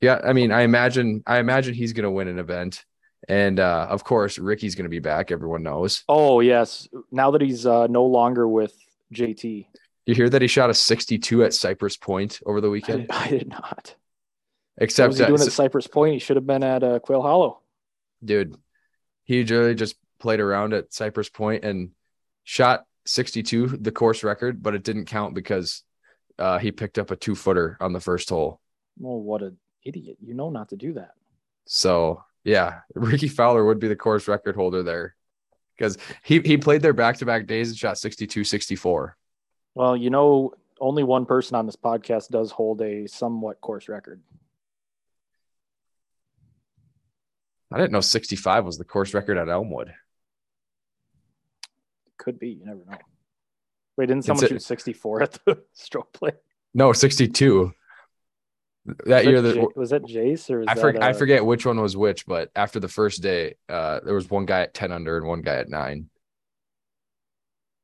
Speaker 1: Yeah, I mean, I imagine I imagine he's gonna win an event. And uh, of course, Ricky's gonna be back, everyone knows.
Speaker 2: Oh yes, now that he's uh, no longer with JT,
Speaker 1: You hear that he shot a 62 at Cypress Point over the
Speaker 2: I
Speaker 1: weekend?
Speaker 2: did, I did not. What
Speaker 1: Except uh,
Speaker 2: was he doing
Speaker 1: that,
Speaker 2: at Cypress Point? He should have been at uh, Quail Hollow.
Speaker 1: dude, he really just played around at Cypress Point and shot 62, the course record, but it didn't count because uh, he picked up a two footer on the first hole.
Speaker 2: Well, what an idiot! You know not to do that.
Speaker 1: So yeah, Ricky Fowler would be the course record holder there because he, he played there back to back days and shot 62, 64.
Speaker 2: Well, you know, only one person on this podcast does hold a somewhat course record.
Speaker 1: I didn't know 65 was the course record at Elmwood.
Speaker 2: Could be. You never know. Wait, didn't
Speaker 1: It's
Speaker 2: someone
Speaker 1: a-
Speaker 2: shoot 64 at the stroke play?
Speaker 1: No, 62. That
Speaker 2: Was
Speaker 1: year,
Speaker 2: that
Speaker 1: that,
Speaker 2: Ja- was that Jace or was
Speaker 1: I,
Speaker 2: that,
Speaker 1: forg- I
Speaker 2: uh,
Speaker 1: forget which one was which, but after the first day, uh, there was one guy at 10 under and one guy at nine.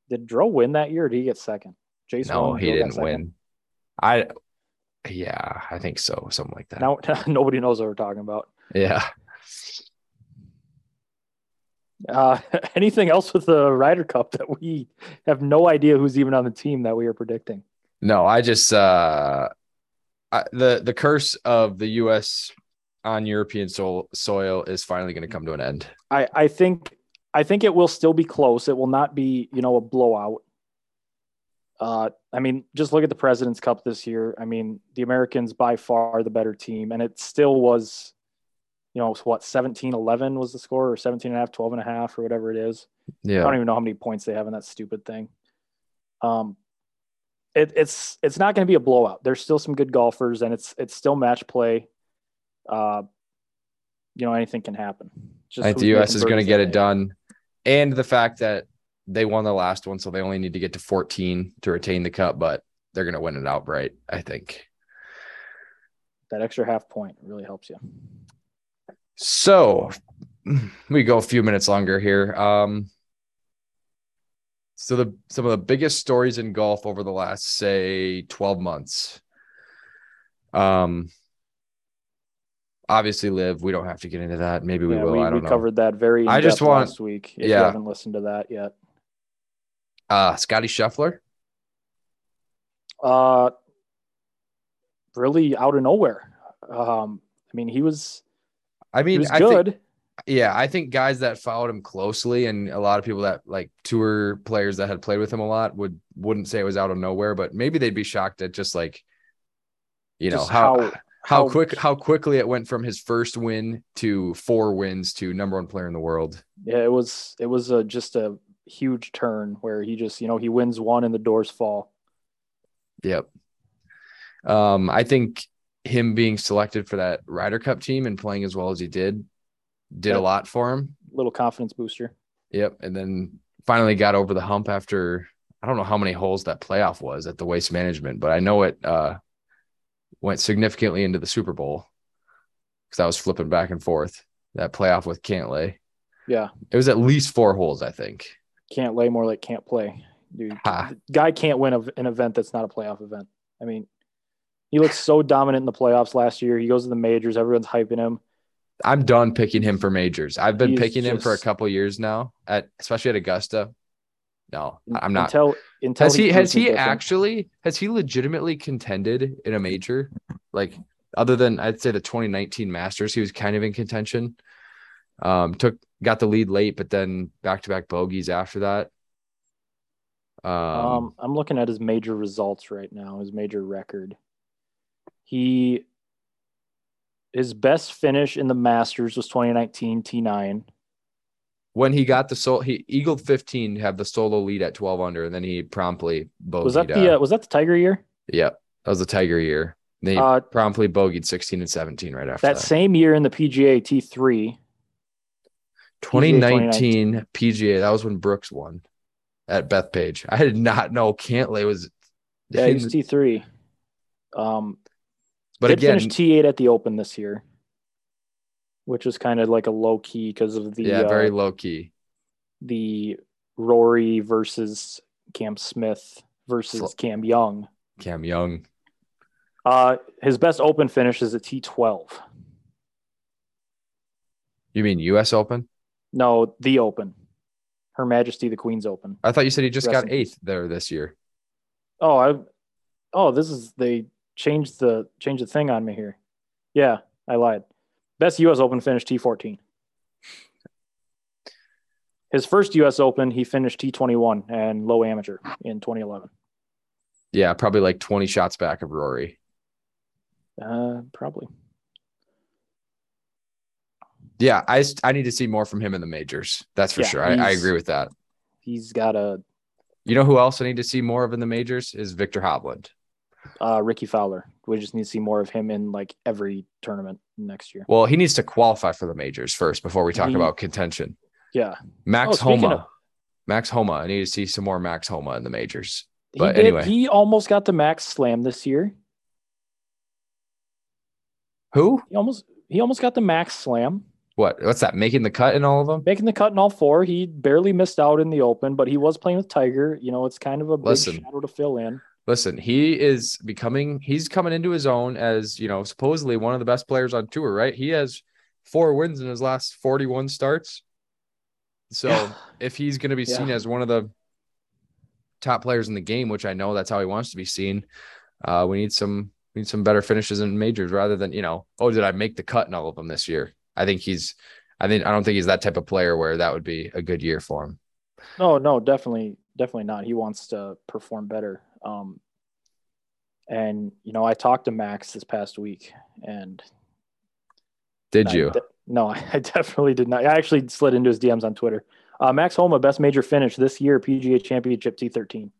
Speaker 2: Did Dro win that year? or Did he get second? Jace
Speaker 1: No,
Speaker 2: won,
Speaker 1: he
Speaker 2: Dro got
Speaker 1: didn't
Speaker 2: second.
Speaker 1: win. I, yeah, I think so. Something like that.
Speaker 2: Now nobody knows what we're talking about.
Speaker 1: Yeah.
Speaker 2: Uh, anything else with the Ryder Cup that we have no idea who's even on the team that we are predicting?
Speaker 1: No, I just, uh, I, the, the curse of the U.S. on European soil, soil is finally going to come to an end.
Speaker 2: I, I think I think it will still be close. It will not be you know a blowout. Uh, I mean, just look at the President's Cup this year. I mean, the Americans by far the better team, and it still was, you know, what 17-11 was the score, or 17 and a half, 12 and a half, or whatever it is. I
Speaker 1: Yeah.
Speaker 2: don't even know how many points they have in that stupid thing. Um, it, it's it's not going to be a blowout. There's still some good golfers, and it's it's still match play. Uh, you know, anything can happen. Just
Speaker 1: I think
Speaker 2: who's
Speaker 1: the U.S.
Speaker 2: making
Speaker 1: is going to
Speaker 2: birdies
Speaker 1: get
Speaker 2: that
Speaker 1: it
Speaker 2: day.
Speaker 1: done. And the fact that they won the last one, so they only need to get to 14 to retain the cup, but they're going to win it outright, I think.
Speaker 2: That extra half point really helps you.
Speaker 1: So we go a few minutes longer here. Um, so the some of the biggest stories in golf over the last say 12 months. Um obviously live, we don't have to get into that. Maybe we
Speaker 2: Yeah,
Speaker 1: will.
Speaker 2: We,
Speaker 1: I don't
Speaker 2: we
Speaker 1: know.
Speaker 2: covered that very.
Speaker 1: I
Speaker 2: in
Speaker 1: just
Speaker 2: depth
Speaker 1: want-
Speaker 2: last week. If
Speaker 1: yeah.
Speaker 2: you haven't listened to that yet,
Speaker 1: uh Scotty Scheffler.
Speaker 2: uh, really out of nowhere. Um, I mean, he was
Speaker 1: I
Speaker 2: he
Speaker 1: mean,
Speaker 2: was
Speaker 1: I think
Speaker 2: good.
Speaker 1: yeah, I think guys that followed him closely and a lot of people that like tour players that had played with him a lot would wouldn't say it was out of nowhere, but maybe they'd be shocked at just like you know
Speaker 2: Just
Speaker 1: how, how
Speaker 2: how-
Speaker 1: quick how quickly it went from his first win to four wins to number one player in the world.
Speaker 2: Yeah, it was it was a, just a huge turn where he just you know he wins one and the doors fall.
Speaker 1: Yep. Um, I think him being selected for that Ryder Cup team and playing as well as he did did a
Speaker 2: Yep.
Speaker 1: lot for him.
Speaker 2: Little confidence booster.
Speaker 1: Yep. And then finally got over the hump after I don't know how many holes that playoff was at the waste management, but I know it uh, went significantly into the Super Bowl because I was flipping back and forth that playoff with Cantlay.
Speaker 2: Yeah,
Speaker 1: It was at least four holes, I think.
Speaker 2: can't lay more like can't play. Dude,
Speaker 1: Ha.
Speaker 2: guy can't win a, an event that's not a playoff event. I mean, he looks so dominant in the playoffs last year. He goes to the majors, everyone's hyping him.
Speaker 1: I'm done picking him for majors. I've been
Speaker 2: He's
Speaker 1: picking him for a
Speaker 2: just-
Speaker 1: couple years now, at especially at Augusta. No,
Speaker 2: Mm,
Speaker 1: I'm not.
Speaker 2: until until
Speaker 1: Has he has
Speaker 2: proves me
Speaker 1: he
Speaker 2: different.
Speaker 1: actually has he legitimately contended in a major? Like other than I'd say the 2019 Masters, he was kind of in contention. Um, took got the lead late, but then back to back bogeys after that. Um,
Speaker 2: Um, I'm looking at his major results right now, his major record. He his best finish in the Masters was 2019 T9.
Speaker 1: when he got the solo, he eagled 15 to have the solo lead at 12 under, and then he promptly bogeyed.
Speaker 2: Was that the
Speaker 1: uh,
Speaker 2: uh, was that the Tiger year?
Speaker 1: yeah, that was the Tiger year. Then he
Speaker 2: Uh,
Speaker 1: promptly bogeyed 16 and 17 right after
Speaker 2: that
Speaker 1: that.
Speaker 2: same year in the PGA T three.
Speaker 1: 2019 PGA. That was when Brooks won at Bethpage. I did not know Cantlay was.
Speaker 2: Yeah,
Speaker 1: in
Speaker 2: he was
Speaker 1: the-
Speaker 2: T three. Um,
Speaker 1: but
Speaker 2: did
Speaker 1: again,
Speaker 2: finish T eight at the Open this year, which is kind of like a low key because of the
Speaker 1: yeah,
Speaker 2: uh,
Speaker 1: very low key.
Speaker 2: the Rory versus Cam Smith versus
Speaker 1: Sl-
Speaker 2: Cam Young.
Speaker 1: Cam Young.
Speaker 2: Uh, his best Open finish is at T twelve.
Speaker 1: You mean U.S. Open?
Speaker 2: No, the Open. Her Majesty the Queen's Open.
Speaker 1: I thought you said he just
Speaker 2: Rest
Speaker 1: got
Speaker 2: in peace.
Speaker 1: eighth there this year.
Speaker 2: Oh, I. Oh, this is they changed the changed the thing on me here. Yeah, I lied. Best U.S. Open finish T fourteen. His first U.S. Open, he finished T twenty one and low amateur in twenty eleven.
Speaker 1: Yeah, probably like 20 shots back of Rory.
Speaker 2: Uh, probably.
Speaker 1: Yeah, I s- I need to see more from him in the majors. That's for
Speaker 2: Yeah,
Speaker 1: sure. I, I
Speaker 2: he's-
Speaker 1: agree with that.
Speaker 2: He's got a
Speaker 1: You know who else I need to see more of in the majors is Victor Hovland.
Speaker 2: uh, Ricky Fowler. We just need to see more of him in like every tournament next year.
Speaker 1: Well, he needs to qualify for the majors first before we talk
Speaker 2: He-
Speaker 1: about contention.
Speaker 2: Yeah, Mm-hmm. Oh,
Speaker 1: Max
Speaker 2: speaking
Speaker 1: Homa.
Speaker 2: of-
Speaker 1: Max Homa. I need to see some more Max Homa in the majors.
Speaker 2: he
Speaker 1: But
Speaker 2: did.
Speaker 1: anyway.
Speaker 2: He almost got the max slam this year.
Speaker 1: Who?
Speaker 2: He almost he almost got the max slam.
Speaker 1: What? What's that? Making the cut in all of them?
Speaker 2: making the cut in all four. He barely missed out in the open, but he was playing with Tiger. You know, it's kind of a big
Speaker 1: Listen.
Speaker 2: shadow to fill in.
Speaker 1: Listen, he is becoming he's coming into his own as, you know, supposedly one of the best players on tour, right? He has four wins in his last 41 starts. So if he's going to be seen
Speaker 2: Yeah.
Speaker 1: as one of the top players in the game, which I know that's how he wants to be seen, uh, we need some we need some better finishes in majors rather than you know, oh, did I make the cut in all of them this year? I think he's, I think I don't think he's that type of player where that would be a good year for him.
Speaker 2: no, no, definitely, definitely not. He wants to perform better. Um, and you know, I talked to Max this past week, and
Speaker 1: Did
Speaker 2: I
Speaker 1: you?
Speaker 2: de- no, I definitely did not. I actually slid into his DMs on Twitter. Uh, Max Homa, best major finish this year, PGA Championship T13.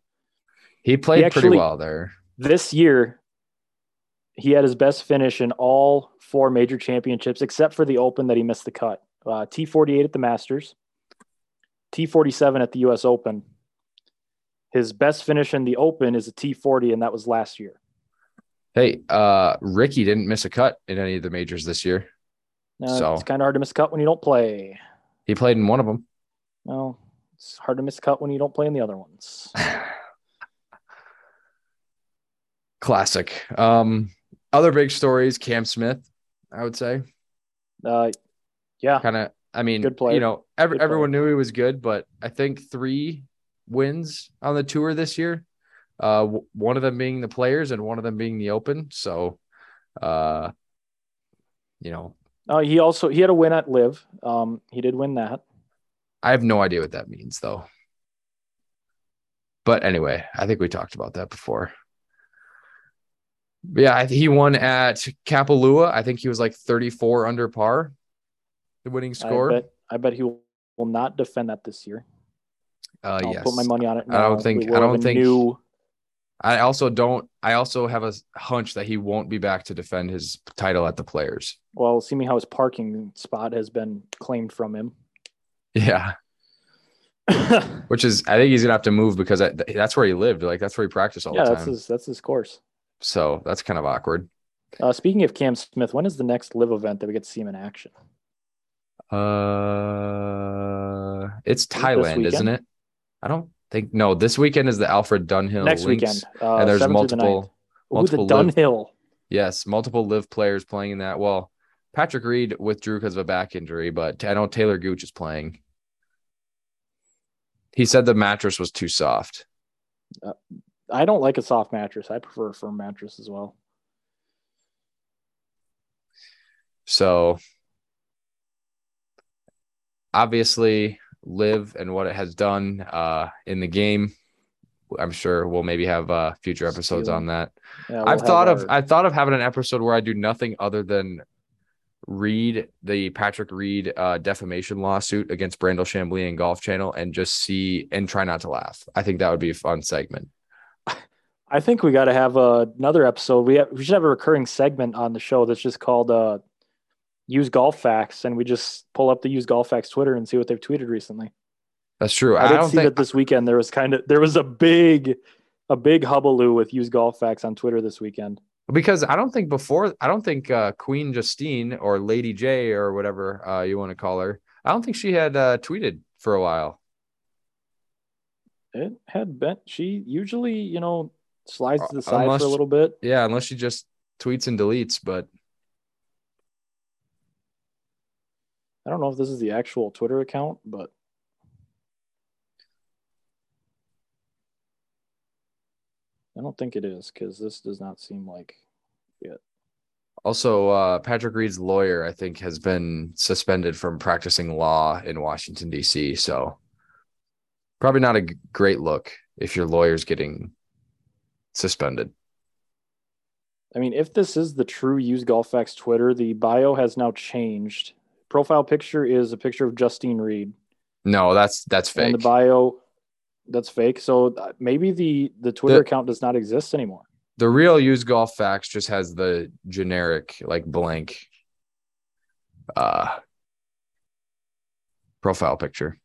Speaker 1: He played
Speaker 2: actually-
Speaker 1: pretty well there.
Speaker 2: this year he had his best finish in all four major championships except for the open that he missed the cut uh, t48 at the masters t47 at the us open his best finish in the open is a t40 and that was last year
Speaker 1: Hey, uh, Ricky didn't miss a cut in any of the majors this year.
Speaker 2: now,
Speaker 1: So-
Speaker 2: it's kind of hard to miss a cut when you don't play
Speaker 1: He played in one of them.
Speaker 2: well it's hard to miss a cut when you don't play in the other ones
Speaker 1: Classic. Um, other big stories, Cam Smith, I would say.
Speaker 2: uh, yeah
Speaker 1: kind of I mean
Speaker 2: Good player.
Speaker 1: you know every,
Speaker 2: Good player.
Speaker 1: everyone knew he was good but I think 3 wins on the tour this year uh w- one of them being the players and one of them being the open so uh you know
Speaker 2: uh, he also he had a win at live um, he did win that
Speaker 1: I have no idea what that means though but anyway I think we talked about that before yeah I, he won at Kapalua I think he was like 34 under par the winning score
Speaker 2: I, bet, I bet he will will not defend that this year
Speaker 1: uh
Speaker 2: I'll
Speaker 1: yes
Speaker 2: put my money on it.
Speaker 1: I don't
Speaker 2: now.
Speaker 1: think-
Speaker 2: We will
Speaker 1: I don't
Speaker 2: have a
Speaker 1: think-
Speaker 2: New,
Speaker 1: I also don't. I also have a hunch that he won't be back to defend his title at the Players.
Speaker 2: well, seeing how his parking spot has been claimed from him.
Speaker 1: Yeah,
Speaker 2: yeah,
Speaker 1: which is I think he's gonna have to move because that- that's where he lived. Like that's where he practiced all the
Speaker 2: that's
Speaker 1: time.
Speaker 2: his that's his course.
Speaker 1: so that's kind of awkward.
Speaker 2: Uh, speaking of Cam Smith, when is the next live event that we get to see him in action?
Speaker 1: Uh, it's
Speaker 2: this
Speaker 1: Thailand,
Speaker 2: weekend?
Speaker 1: isn't it? I don't think. No, this weekend is the Alfred Dunhill
Speaker 2: next
Speaker 1: Lynx,
Speaker 2: weekend. Uh,
Speaker 1: and there's
Speaker 2: 7th
Speaker 1: multiple.
Speaker 2: through The ninth. Ooh,
Speaker 1: multiple
Speaker 2: the
Speaker 1: live-
Speaker 2: Dunhill.
Speaker 1: Yes, multiple live players playing in that. Well, Patrick Reed withdrew because of a back injury, but I know Taylor Gooch is playing. He said the mattress was too soft.
Speaker 2: I don't like a soft mattress. I prefer a firm mattress as well.
Speaker 1: So obviously, live and what it has done uh, in the game. I'm sure we'll maybe have uh, future episodes on
Speaker 2: Stealing.
Speaker 1: that.
Speaker 2: Yeah, we'll
Speaker 1: I've
Speaker 2: have
Speaker 1: thought of
Speaker 2: our-
Speaker 1: I've thought of having an episode where I do nothing other than read the Patrick Reed uh, defamation lawsuit against Brandel Chambly and Golf Channel and just see and try not to laugh. I think that would be a fun segment.
Speaker 2: I think we got to have uh, another episode. We, have, we should have a recurring segment on the show that's just called uh, Use Golf Facts. And we just pull up the Use Golf Facts Twitter and see what they've tweeted recently.
Speaker 1: That's true.
Speaker 2: I,
Speaker 1: I,
Speaker 2: did
Speaker 1: don't
Speaker 2: see
Speaker 1: think
Speaker 2: that this weekend there was kind of there was a big a big hubbaloo with Use Golf Facts on Twitter this weekend.
Speaker 1: because I don't think before I don't think uh, Queen Justine or Lady J or whatever uh, you want to call her. I don't think she had uh, tweeted for a while.
Speaker 2: It had been she usually, you know, slides to
Speaker 1: Uh,
Speaker 2: the side
Speaker 1: unless-
Speaker 2: for a little bit.
Speaker 1: Yeah, unless she just tweets and deletes. But
Speaker 2: I don't know if this is the actual Twitter account, but I don't think it is because this does not seem like
Speaker 1: also, uh, Patrick Reed's lawyer, I think, has been suspended from practicing law in Washington D.C. So probably not a g- great look if your lawyer's getting suspended.
Speaker 2: I mean, if this is the true Use Golf Facts Twitter, the bio has now changed. Profile picture is a picture of Justine Reed,
Speaker 1: No, that's that's fake.
Speaker 2: and the bio that's fake. So uh, maybe the the Twitter
Speaker 1: The-
Speaker 2: account does not exist anymore.
Speaker 1: the real used golf facts just has the generic like blank uh profile picture
Speaker 2: I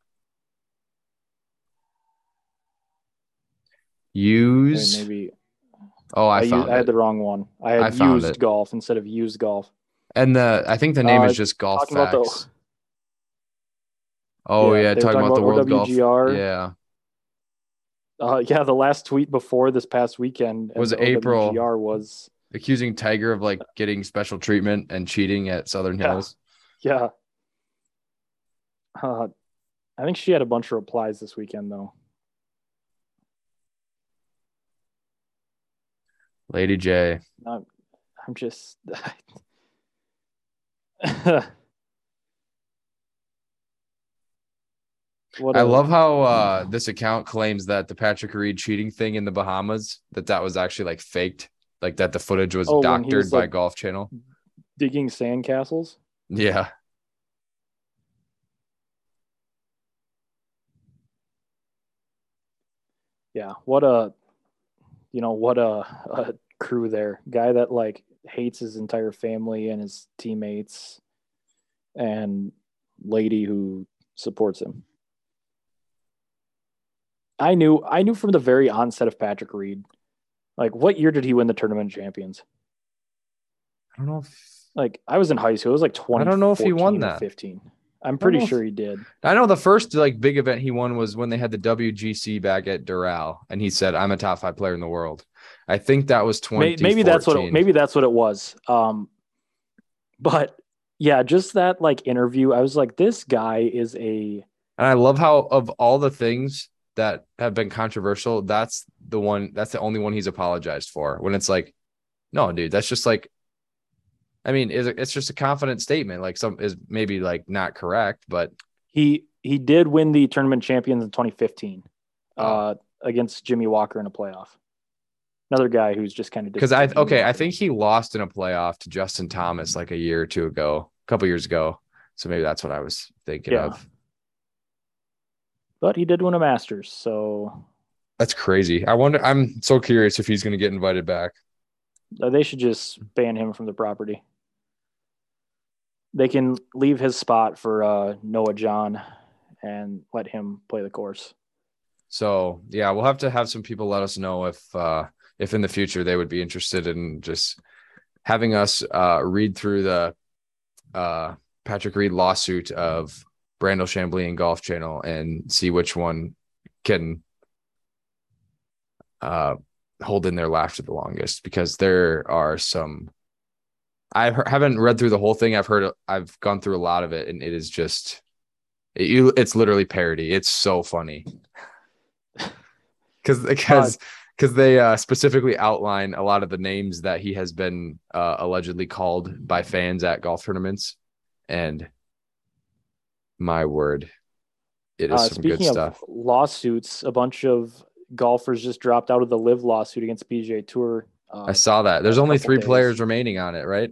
Speaker 2: mean,
Speaker 1: use
Speaker 2: maybe
Speaker 1: oh i,
Speaker 2: I, u-
Speaker 1: found
Speaker 2: I
Speaker 1: it
Speaker 2: had the wrong one. I
Speaker 1: I
Speaker 2: had
Speaker 1: found it.
Speaker 2: used golf instead of used golf.
Speaker 1: and the i think the name
Speaker 2: Uh,
Speaker 1: is just golf
Speaker 2: talking about the-
Speaker 1: facts oh yeah,
Speaker 2: they were
Speaker 1: talking, about, the world golf
Speaker 2: OWGR.
Speaker 1: yeah
Speaker 2: Uh, yeah, the last tweet before this past weekend
Speaker 1: Was
Speaker 2: of
Speaker 1: April.
Speaker 2: OWGR was
Speaker 1: accusing tiger of like getting special treatment and cheating at southern
Speaker 2: Yeah.
Speaker 1: hills
Speaker 2: yeah. Uh, I think she had a bunch of replies this weekend though.
Speaker 1: lady j
Speaker 2: I'm just. what
Speaker 1: I
Speaker 2: a-
Speaker 1: love how uh, this account claims that the Patrick Reed cheating thing in the Bahamas that that was actually like faked, like that the footage was
Speaker 2: Oh, when he
Speaker 1: doctored
Speaker 2: was,
Speaker 1: by
Speaker 2: like-
Speaker 1: Golf Channel.
Speaker 2: digging sandcastles.
Speaker 1: Yeah,
Speaker 2: Yeah, what a, you know, what a, a crew there. Guy that like hates his entire family and his teammates, and lady who supports him. I knew, I knew from the very onset of Patrick Reed. Like, what year did he win the tournament champions?
Speaker 1: I don't know. If,
Speaker 2: like I was in high school. It was like twenty.
Speaker 1: don't know if he won that.
Speaker 2: Fifteen. I'm
Speaker 1: know
Speaker 2: pretty
Speaker 1: if-
Speaker 2: sure he did.
Speaker 1: I know the first like big event he won was when they had the WGC back at Doral, and he said, "I'm a top five player in the world." I think that was
Speaker 2: May-
Speaker 1: twenty.
Speaker 2: Maybe that's what. It, maybe that's what it was. Um, but yeah, just that like interview. I was like, this guy is a
Speaker 1: And I love how of all the things that have been controversial, that's the one that's the only one he's apologized for. When it's like, no, dude, that's just like I mean, is it's just a confident statement. Like some is maybe like not correct, but
Speaker 2: he. He did win the tournament champions in 2015
Speaker 1: Oh.
Speaker 2: uh, against Jimmy Walker in a playoff. Another guy who's just kind of
Speaker 1: because I okay, I think he lost in a playoff to Justin Thomas like a year or two ago, a couple years ago. So maybe that's what I was thinking
Speaker 2: Yeah.
Speaker 1: of.
Speaker 2: but he did win a Masters. So
Speaker 1: That's crazy. I wonder I'm so curious if he's gonna get invited back.
Speaker 2: Uh, They should just ban him from the property. They can leave his spot for uh, Noah John and let him play the course.
Speaker 1: So yeah, we'll have to have some people let us know if uh if in the future they would be interested in just having us uh read through the uh Patrick Reed lawsuit of Brandel Chambly and Golf Channel and see which one can uh hold in their laughter the longest because there are some I he- haven't read through the whole thing. I've heard I've gone through a lot of it and it is just it, you it's literally parody. It's so funny because because because they uh, specifically outline a lot of the names that he has been uh, allegedly called by fans at golf tournaments, and my word, it is
Speaker 2: Uh,
Speaker 1: some good
Speaker 2: speaking of
Speaker 1: stuff.
Speaker 2: lawsuits, a bunch of golfers just dropped out of the live lawsuit against PGA Tour. Uh,
Speaker 1: I saw that. There's
Speaker 2: a
Speaker 1: only
Speaker 2: couple
Speaker 1: three
Speaker 2: days.
Speaker 1: players remaining on it, right?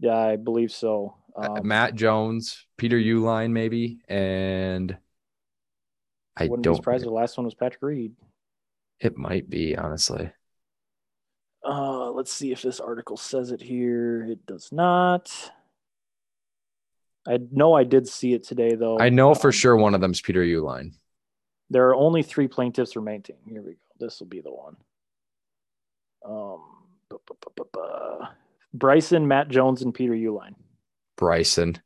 Speaker 2: yeah, I believe so. Um,
Speaker 1: Uh, Matt Jones, Peter Uline, maybe, and I
Speaker 2: wouldn't be
Speaker 1: don't.
Speaker 2: surprised if the last one was Patrick Reed.
Speaker 1: It might be honestly.
Speaker 2: Uh, let's see if this article says it here. It does not. I know I did see it today, though.
Speaker 1: I know for
Speaker 2: Um,
Speaker 1: sure one of them's Peter Uline.
Speaker 2: There are only three plaintiffs remaining. Here we go. This will be the one. Um, bu- bu- bu- bu- bu- Bryson, Matt Jones, and Peter Uline.
Speaker 1: Bryson.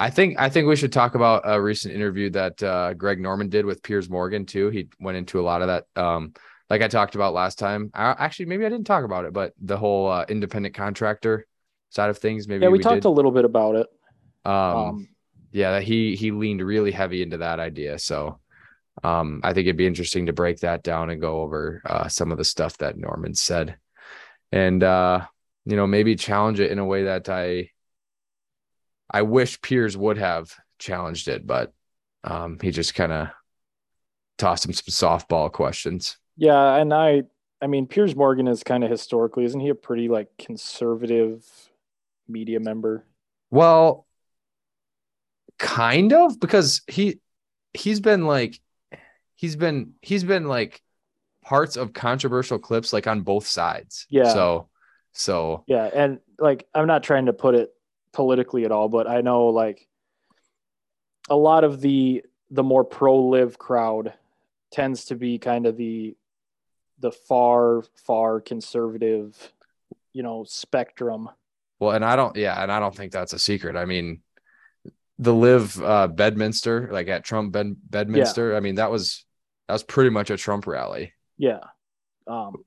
Speaker 1: I think I think we should talk about a recent interview that uh, Greg Norman did with Piers Morgan too. He went into a lot of that, um, like I talked about last time. I, actually, maybe I didn't talk about it, but the whole uh, independent contractor side of things. Maybe
Speaker 2: Yeah, we,
Speaker 1: we
Speaker 2: talked
Speaker 1: did.
Speaker 2: a little bit about it.
Speaker 1: um,
Speaker 2: Um,
Speaker 1: yeah, that he he leaned really heavy into that idea. So um, I think it'd be interesting to break that down and go over uh, some of the stuff that Norman said, and uh, you know maybe challenge it in a way that I I wish Piers would have challenged it, but um, he just kind of tossed him some softball questions.
Speaker 2: yeah, and I, I mean, Piers Morgan is kind of historically, isn't he a pretty like conservative media member?
Speaker 1: Well, kind of because he he's been like he's been he's been like parts of controversial clips like on both sides.
Speaker 2: Yeah.
Speaker 1: So so
Speaker 2: Yeah, and like I'm not trying to put it politically at all, but I know like a lot of the the more pro live crowd tends to be kind of the the far far conservative, you know, spectrum.
Speaker 1: well and I don't yeah, and I don't think that's a secret. I mean the live uh Bedminster, like at Trump Bed- Bedminster, I mean that was that was pretty much a Trump rally.
Speaker 2: Yeah. Um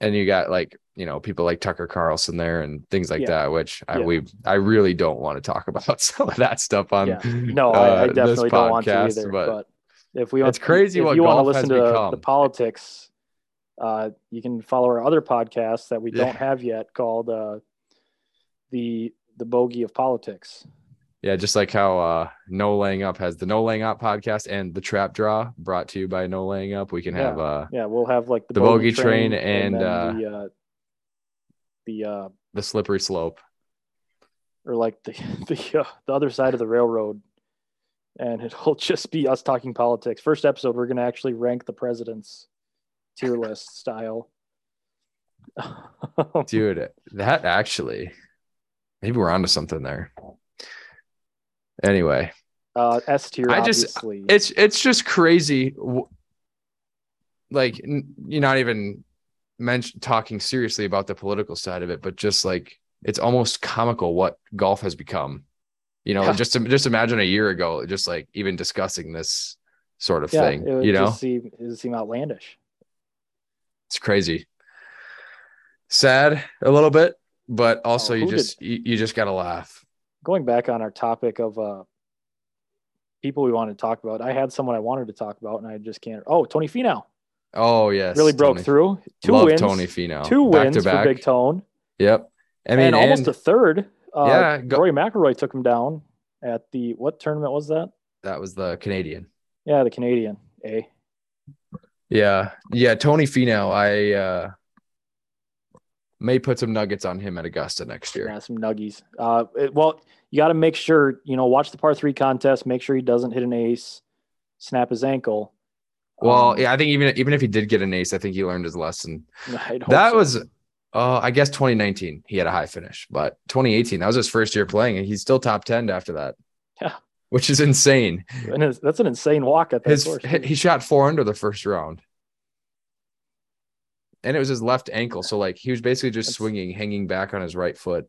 Speaker 1: And you got like, you know, people like Tucker Carlson there and things like
Speaker 2: Yeah.
Speaker 1: that, which I
Speaker 2: Yeah.
Speaker 1: we I really don't want to talk about some of that stuff on
Speaker 2: Yeah. no, I, I
Speaker 1: uh, this
Speaker 2: definitely don't want to
Speaker 1: podcast,
Speaker 2: either,
Speaker 1: but-
Speaker 2: but, if we want
Speaker 1: It's crazy
Speaker 2: if
Speaker 1: what
Speaker 2: you want to
Speaker 1: golf
Speaker 2: listen
Speaker 1: has
Speaker 2: to the,
Speaker 1: become.
Speaker 2: the politics uh, you can follow our other podcast that we
Speaker 1: Yeah.
Speaker 2: don't have yet called uh, the the bogey of politics.
Speaker 1: Yeah, just like how uh No Laying Up has the No Laying Up podcast and the Trap Draw brought to you by No Laying Up. We can have uh
Speaker 2: Yeah, we'll have like the,
Speaker 1: The Bogey Train and,
Speaker 2: then
Speaker 1: uh,
Speaker 2: the uh, the uh,
Speaker 1: the slippery slope.
Speaker 2: or like the the, uh, the other side of the railroad, and it'll just be us talking politics. First episode, we're gonna actually rank the presidents tier list style. Uh,
Speaker 1: Dude, that actually maybe we're onto something there. Anyway,
Speaker 2: uh, S tier.
Speaker 1: I just-
Speaker 2: obviously.
Speaker 1: it's it's just crazy w- like n- you're not even mention talking seriously about the political side of it but just like it's almost comical what golf has become you know
Speaker 2: Yeah.
Speaker 1: just just imagine a year ago just like even discussing this sort of thing
Speaker 2: It would
Speaker 1: you know
Speaker 2: just seem, it would seem outlandish.
Speaker 1: it's crazy sad a little bit but also
Speaker 2: Oh,
Speaker 1: you
Speaker 2: who did-
Speaker 1: just you, you just gotta laugh
Speaker 2: Going back on our topic of uh, people we want to talk about, I had someone I wanted to talk about, and I just can't. Oh, Tony Finau
Speaker 1: oh yes
Speaker 2: really broke
Speaker 1: Tony.
Speaker 2: through. Two
Speaker 1: Love
Speaker 2: wins,
Speaker 1: tony fino
Speaker 2: two
Speaker 1: back
Speaker 2: wins
Speaker 1: to back
Speaker 2: for Big Tone,
Speaker 1: yep i mean
Speaker 2: and almost
Speaker 1: and
Speaker 2: a third. Uh,
Speaker 1: yeah go-
Speaker 2: Rory McIlroy took him down at the what tournament was that?
Speaker 1: that was the canadian
Speaker 2: Yeah, the Canadian. Eh?
Speaker 1: Yeah. Yeah. Tony Finau, I uh, may put some nuggets on him at Augusta next year.
Speaker 2: Yeah, some nuggies. Uh, it- well, you got to make sure you know watch the par three contest. Make sure he doesn't hit an ace, snap his ankle.
Speaker 1: Well,
Speaker 2: Um,
Speaker 1: yeah, I think even even if he did get an ace, I think he learned his lesson.
Speaker 2: I'd hope
Speaker 1: That
Speaker 2: so.
Speaker 1: was, uh, I guess 2019 he had a high finish, but 2018 that was his first year playing, and he's still top 10 after that.
Speaker 2: Yeah.
Speaker 1: which is insane.
Speaker 2: And it's- that's an insane walk at that
Speaker 1: His
Speaker 2: course.
Speaker 1: he shot four under the first round, and it was his left ankle, so like he was basically just
Speaker 2: That's-
Speaker 1: swinging, hanging back on his right foot.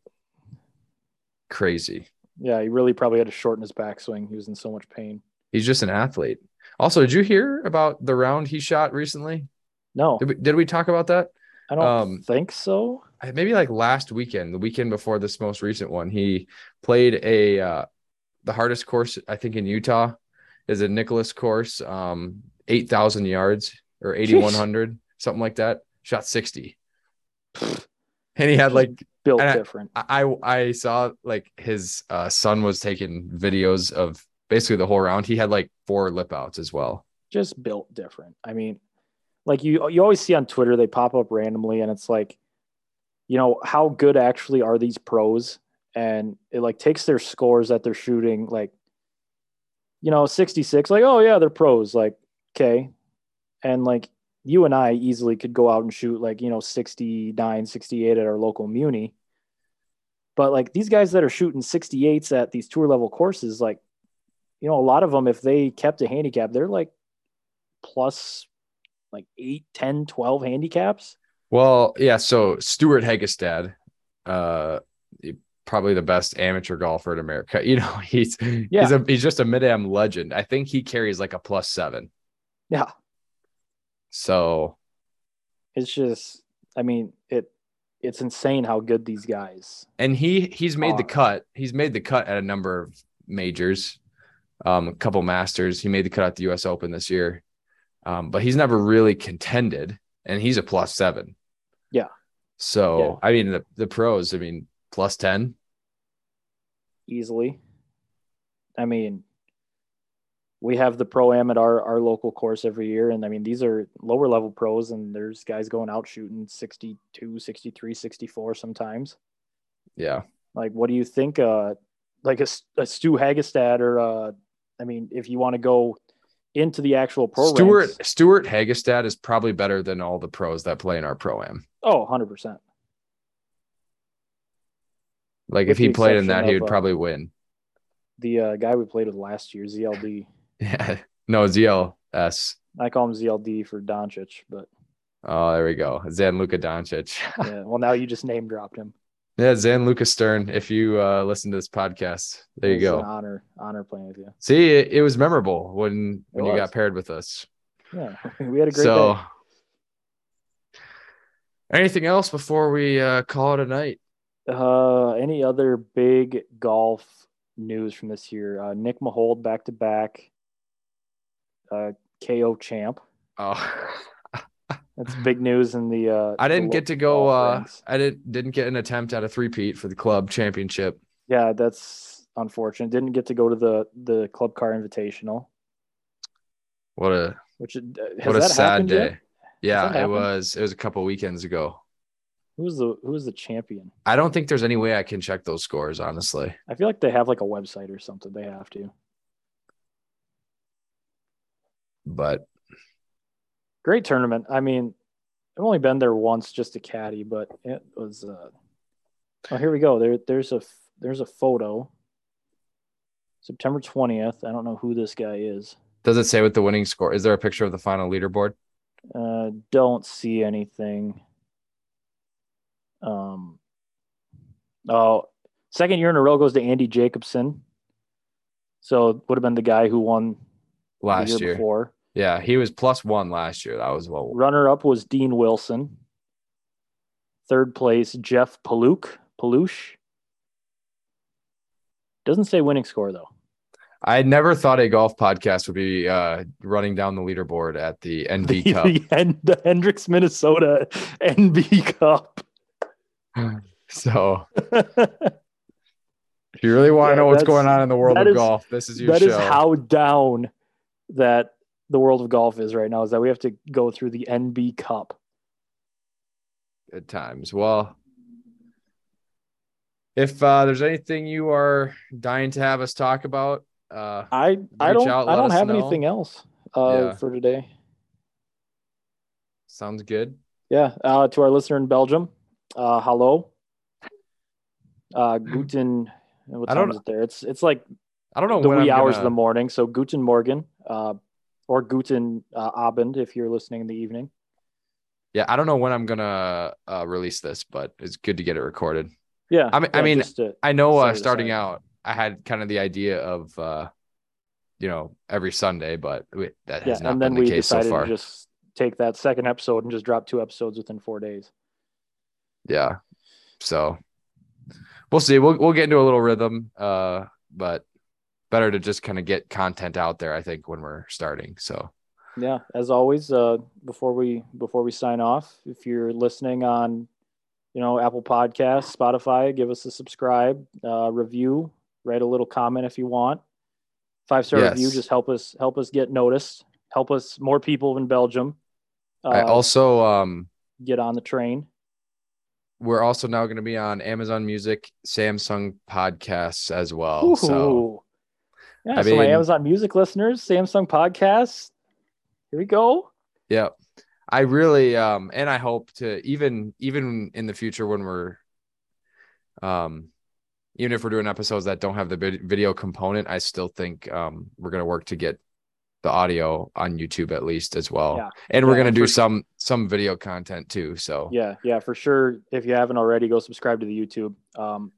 Speaker 1: Crazy.
Speaker 2: yeah, he really probably had to shorten his backswing. He was in so much pain.
Speaker 1: He's just an athlete. Also, did you hear about the round he shot recently?
Speaker 2: No,
Speaker 1: Did we, did we talk about that?
Speaker 2: I don't
Speaker 1: um,
Speaker 2: think so.
Speaker 1: I- Maybe like last weekend, the weekend before this most recent one, he played a uh, the hardest course I think in Utah is a Nicholas course, um, eight thousand yards or eighty one hundred something like that. Shot sixty, and he had like
Speaker 2: Built
Speaker 1: and I-
Speaker 2: different.
Speaker 1: I I saw like his uh, son was taking videos of basically the whole round. He had like four lip outs as well.
Speaker 2: Just built different. I mean, like you you always see on Twitter, they pop up randomly, and it's like, you know, how good actually are these pros and it like takes their scores that they're shooting like you know 66 like oh yeah they're pros like okay and like you and i easily could go out and shoot like you know 69 68 at our local muni but like these guys that are shooting 68s at these tour level courses like you know a lot of them if they kept a handicap they're like plus like 8 10 12 handicaps
Speaker 1: Well, yeah. So Stuart Hegestad, uh, he- probably the best amateur golfer in America. You know, he's he's
Speaker 2: Yeah.
Speaker 1: a, he's just a mid am legend. I think he carries like a plus seven.
Speaker 2: yeah
Speaker 1: So
Speaker 2: it's just i mean it it's insane how good these guys
Speaker 1: and he he's made the
Speaker 2: Are.
Speaker 1: cut. He's made the cut at a number of majors, um, a couple masters. He made the cut at the U.S. Open this year, um, but he's never really contended, and he's a plus seven.
Speaker 2: Yeah.
Speaker 1: So I mean the the pros. I mean plus ten.
Speaker 2: easily. I mean, we have the pro am at our, our local course every year. And I mean, these are lower level pros, and there's guys going out shooting 62, 63, 64 sometimes.
Speaker 1: Yeah.
Speaker 2: Like, what do you think? Uh, like a, S- a Stu Hagestad, or uh, I mean, if you want to go into the actual pro
Speaker 1: Stuart
Speaker 2: ranks,
Speaker 1: Stuart Hagestad is probably better than all the pros that play in our pro am.
Speaker 2: oh, 100%.
Speaker 1: Like
Speaker 2: With
Speaker 1: if he
Speaker 2: the
Speaker 1: played in
Speaker 2: exception
Speaker 1: that, he
Speaker 2: of,
Speaker 1: would
Speaker 2: uh,
Speaker 1: probably win.
Speaker 2: The uh, guy we played with last year, ZLD,
Speaker 1: Yeah. No ZLS.
Speaker 2: I call him ZLD for Doncic, but
Speaker 1: Oh, there we go. Zan Luka Doncic.
Speaker 2: yeah, well, now you just name dropped him.
Speaker 1: yeah, Zan Luka Stern. If you uh, listen to this podcast, there you
Speaker 2: It's an
Speaker 1: go.
Speaker 2: honor, honor playing with you.
Speaker 1: See, it, it was memorable when when
Speaker 2: It
Speaker 1: you
Speaker 2: was.
Speaker 1: got paired with us.
Speaker 2: Yeah, we had a great
Speaker 1: So,
Speaker 2: day.
Speaker 1: anything else before we uh, call it a night?
Speaker 2: Uh, any other big golf news from this year? Uh, Nick Mahold back to back uh, KO champ.
Speaker 1: Oh.
Speaker 2: That's big news in the. Uh,
Speaker 1: I
Speaker 2: the
Speaker 1: didn't
Speaker 2: local
Speaker 1: get to go.
Speaker 2: golf
Speaker 1: Uh,
Speaker 2: ranks.
Speaker 1: I didn't didn't get an attempt at a three-peat for the club championship.
Speaker 2: yeah, that's unfortunate. Didn't get to go to the the Club Car Invitational,
Speaker 1: What a
Speaker 2: which uh, has
Speaker 1: what a
Speaker 2: that
Speaker 1: sad
Speaker 2: happened
Speaker 1: day.
Speaker 2: yet? that
Speaker 1: Yeah, it
Speaker 2: happened?
Speaker 1: was. It was a couple weekends ago.
Speaker 2: Who's the Who's the champion?
Speaker 1: I don't think there's any way I can check those scores, honestly.
Speaker 2: I feel like they have like a website or something. They have to.
Speaker 1: But
Speaker 2: great tournament. I mean, I've only been there once just to caddy, but it was. Uh... Oh, here we go. There, there's a there's a photo. September twentieth. I don't know who this guy is.
Speaker 1: does it say what the winning score? Is there a picture of the final leaderboard?
Speaker 2: Uh, don't see anything. Um. Oh, second year in a row goes to Andy Jacobson. So would have been the guy who won the
Speaker 1: Last
Speaker 2: year,
Speaker 1: year,
Speaker 2: before.
Speaker 1: yeah, he was plus one last year. That was well.
Speaker 2: Runner up was Dean Wilson. Third place, Jeff Paluk. Palush. Doesn't say winning score though.
Speaker 1: I never thought a golf podcast would be uh, running down the leaderboard at the NB Cup.
Speaker 2: the, Hen- the Hendricks, Minnesota NB Cup.
Speaker 1: So
Speaker 2: that
Speaker 1: if you really want to
Speaker 2: Yeah,
Speaker 1: know what's
Speaker 2: that's-
Speaker 1: going on in the world
Speaker 2: that
Speaker 1: of
Speaker 2: is-
Speaker 1: golf, this is
Speaker 2: is
Speaker 1: your show.
Speaker 2: how down that the world of golf is right now. Is that we have to go through the NB Cup?
Speaker 1: at times. Well, if uh, there's anything you are dying to have us talk about, uh,
Speaker 2: I I
Speaker 1: Reach
Speaker 2: don't
Speaker 1: out,
Speaker 2: I
Speaker 1: let
Speaker 2: don't
Speaker 1: us
Speaker 2: have
Speaker 1: know.
Speaker 2: anything else uh,
Speaker 1: Yeah.
Speaker 2: for today.
Speaker 1: sounds good.
Speaker 2: Yeah, uh, to our listener in Belgium, uh, hello. Uh, guten. What
Speaker 1: Hmm. I
Speaker 2: time
Speaker 1: don't-
Speaker 2: is it there? It's it's like
Speaker 1: I don't know
Speaker 2: the
Speaker 1: when
Speaker 2: wee
Speaker 1: I'm
Speaker 2: hours of
Speaker 1: gonna-
Speaker 2: the morning. So guten Morgen, uh, or guten uh, Abend if you're listening in the evening.
Speaker 1: yeah, I don't know when I'm gonna uh, release this, but it's good to get it recorded.
Speaker 2: Yeah,
Speaker 1: I mean- I
Speaker 2: yeah,
Speaker 1: mean,
Speaker 2: just to-
Speaker 1: I know
Speaker 2: Set
Speaker 1: uh,
Speaker 2: it
Speaker 1: starting
Speaker 2: aside.
Speaker 1: out, I had kind of the idea of, uh, you know, every Sunday, but we, that
Speaker 2: yeah,
Speaker 1: has not
Speaker 2: and then
Speaker 1: been the
Speaker 2: we
Speaker 1: case so
Speaker 2: decided
Speaker 1: far.
Speaker 2: to just take that second episode and just drop two episodes within four days.
Speaker 1: yeah, so we'll see. We'll we'll get into a little rhythm, uh, but better to just kind of get content out there. I think when we're starting, so.
Speaker 2: Yeah, as always, uh, before we before we sign off, if you're listening on, you know, Apple Podcasts, Spotify, give us a subscribe, uh, review, write a little comment if you want. Five star
Speaker 1: Yes.
Speaker 2: review just help us help us get noticed, help us more people in Belgium uh,
Speaker 1: I also um
Speaker 2: get on the train.
Speaker 1: we're also now going to be on Amazon Music, Samsung Podcasts as well. So
Speaker 2: Ooh. yeah,
Speaker 1: I
Speaker 2: so my
Speaker 1: mean-
Speaker 2: Amazon Music listeners, Samsung podcasts. Here we go.
Speaker 1: yeah, I really um, and I hope to even even in the future when we're um, even if we're doing episodes that don't have the vid- video component, I still think um, we're going to work to get the audio on YouTube at least as well,
Speaker 2: Yeah.
Speaker 1: and we're
Speaker 2: Yeah,
Speaker 1: going to do
Speaker 2: for sure.
Speaker 1: some some video content too. So
Speaker 2: Yeah, yeah, for sure. If you haven't already, go subscribe to the YouTube. Um,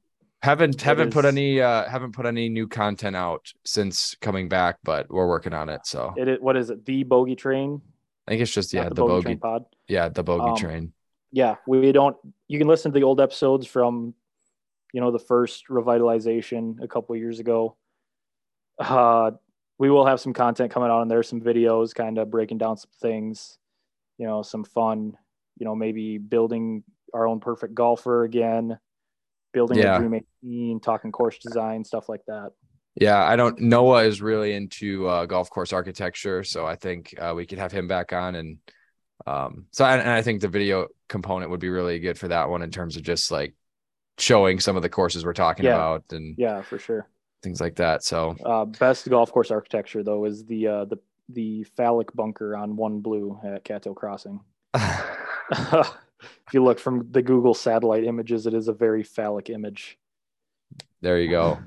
Speaker 1: haven't
Speaker 2: It
Speaker 1: haven't put
Speaker 2: is-
Speaker 1: any uh haven't put any new content out since coming back but we're working on it so
Speaker 2: it is what is it? The Bogey Train?
Speaker 1: i think it's just
Speaker 2: Not
Speaker 1: yeah the,
Speaker 2: Bogey,
Speaker 1: bogey,
Speaker 2: Train Pod.
Speaker 1: yeah the bogey
Speaker 2: Um,
Speaker 1: train
Speaker 2: Yeah, we don't. You can listen to the old episodes from, you know, the first revitalization a couple of years ago. Uh, we will have some content coming out on there, some videos, kind of breaking down some things, you know, some fun, you know, maybe building our own perfect golfer again, building
Speaker 1: Yeah.
Speaker 2: a dream 18, talking course design, stuff like that.
Speaker 1: yeah i don't noah is really into uh golf course architecture so i think uh, we could have him back on and um so and, and i think the video component would be really good for that one in terms of just like showing some of the courses we're talking
Speaker 2: Yeah.
Speaker 1: about and
Speaker 2: Yeah, for sure.
Speaker 1: things like that so
Speaker 2: Uh, best golf course architecture though is the uh, the the phallic bunker on one blue at Cattail Crossing. if you look from the Google satellite images, it is a very phallic image.
Speaker 1: there you go.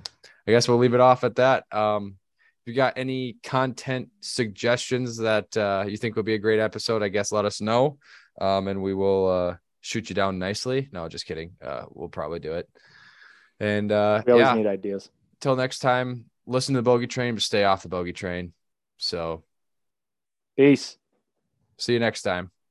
Speaker 1: I guess we'll leave it off at that. Um, if you got any content suggestions that uh, you think would be a great episode, I guess let us know, um, and we will uh, shoot you down nicely. No, just kidding. Uh, we'll probably do it. And uh,
Speaker 2: We always
Speaker 1: yeah,
Speaker 2: need ideas.
Speaker 1: till next time, listen to the bogey train, but stay off the bogey train. So
Speaker 2: Peace.
Speaker 1: see you next time.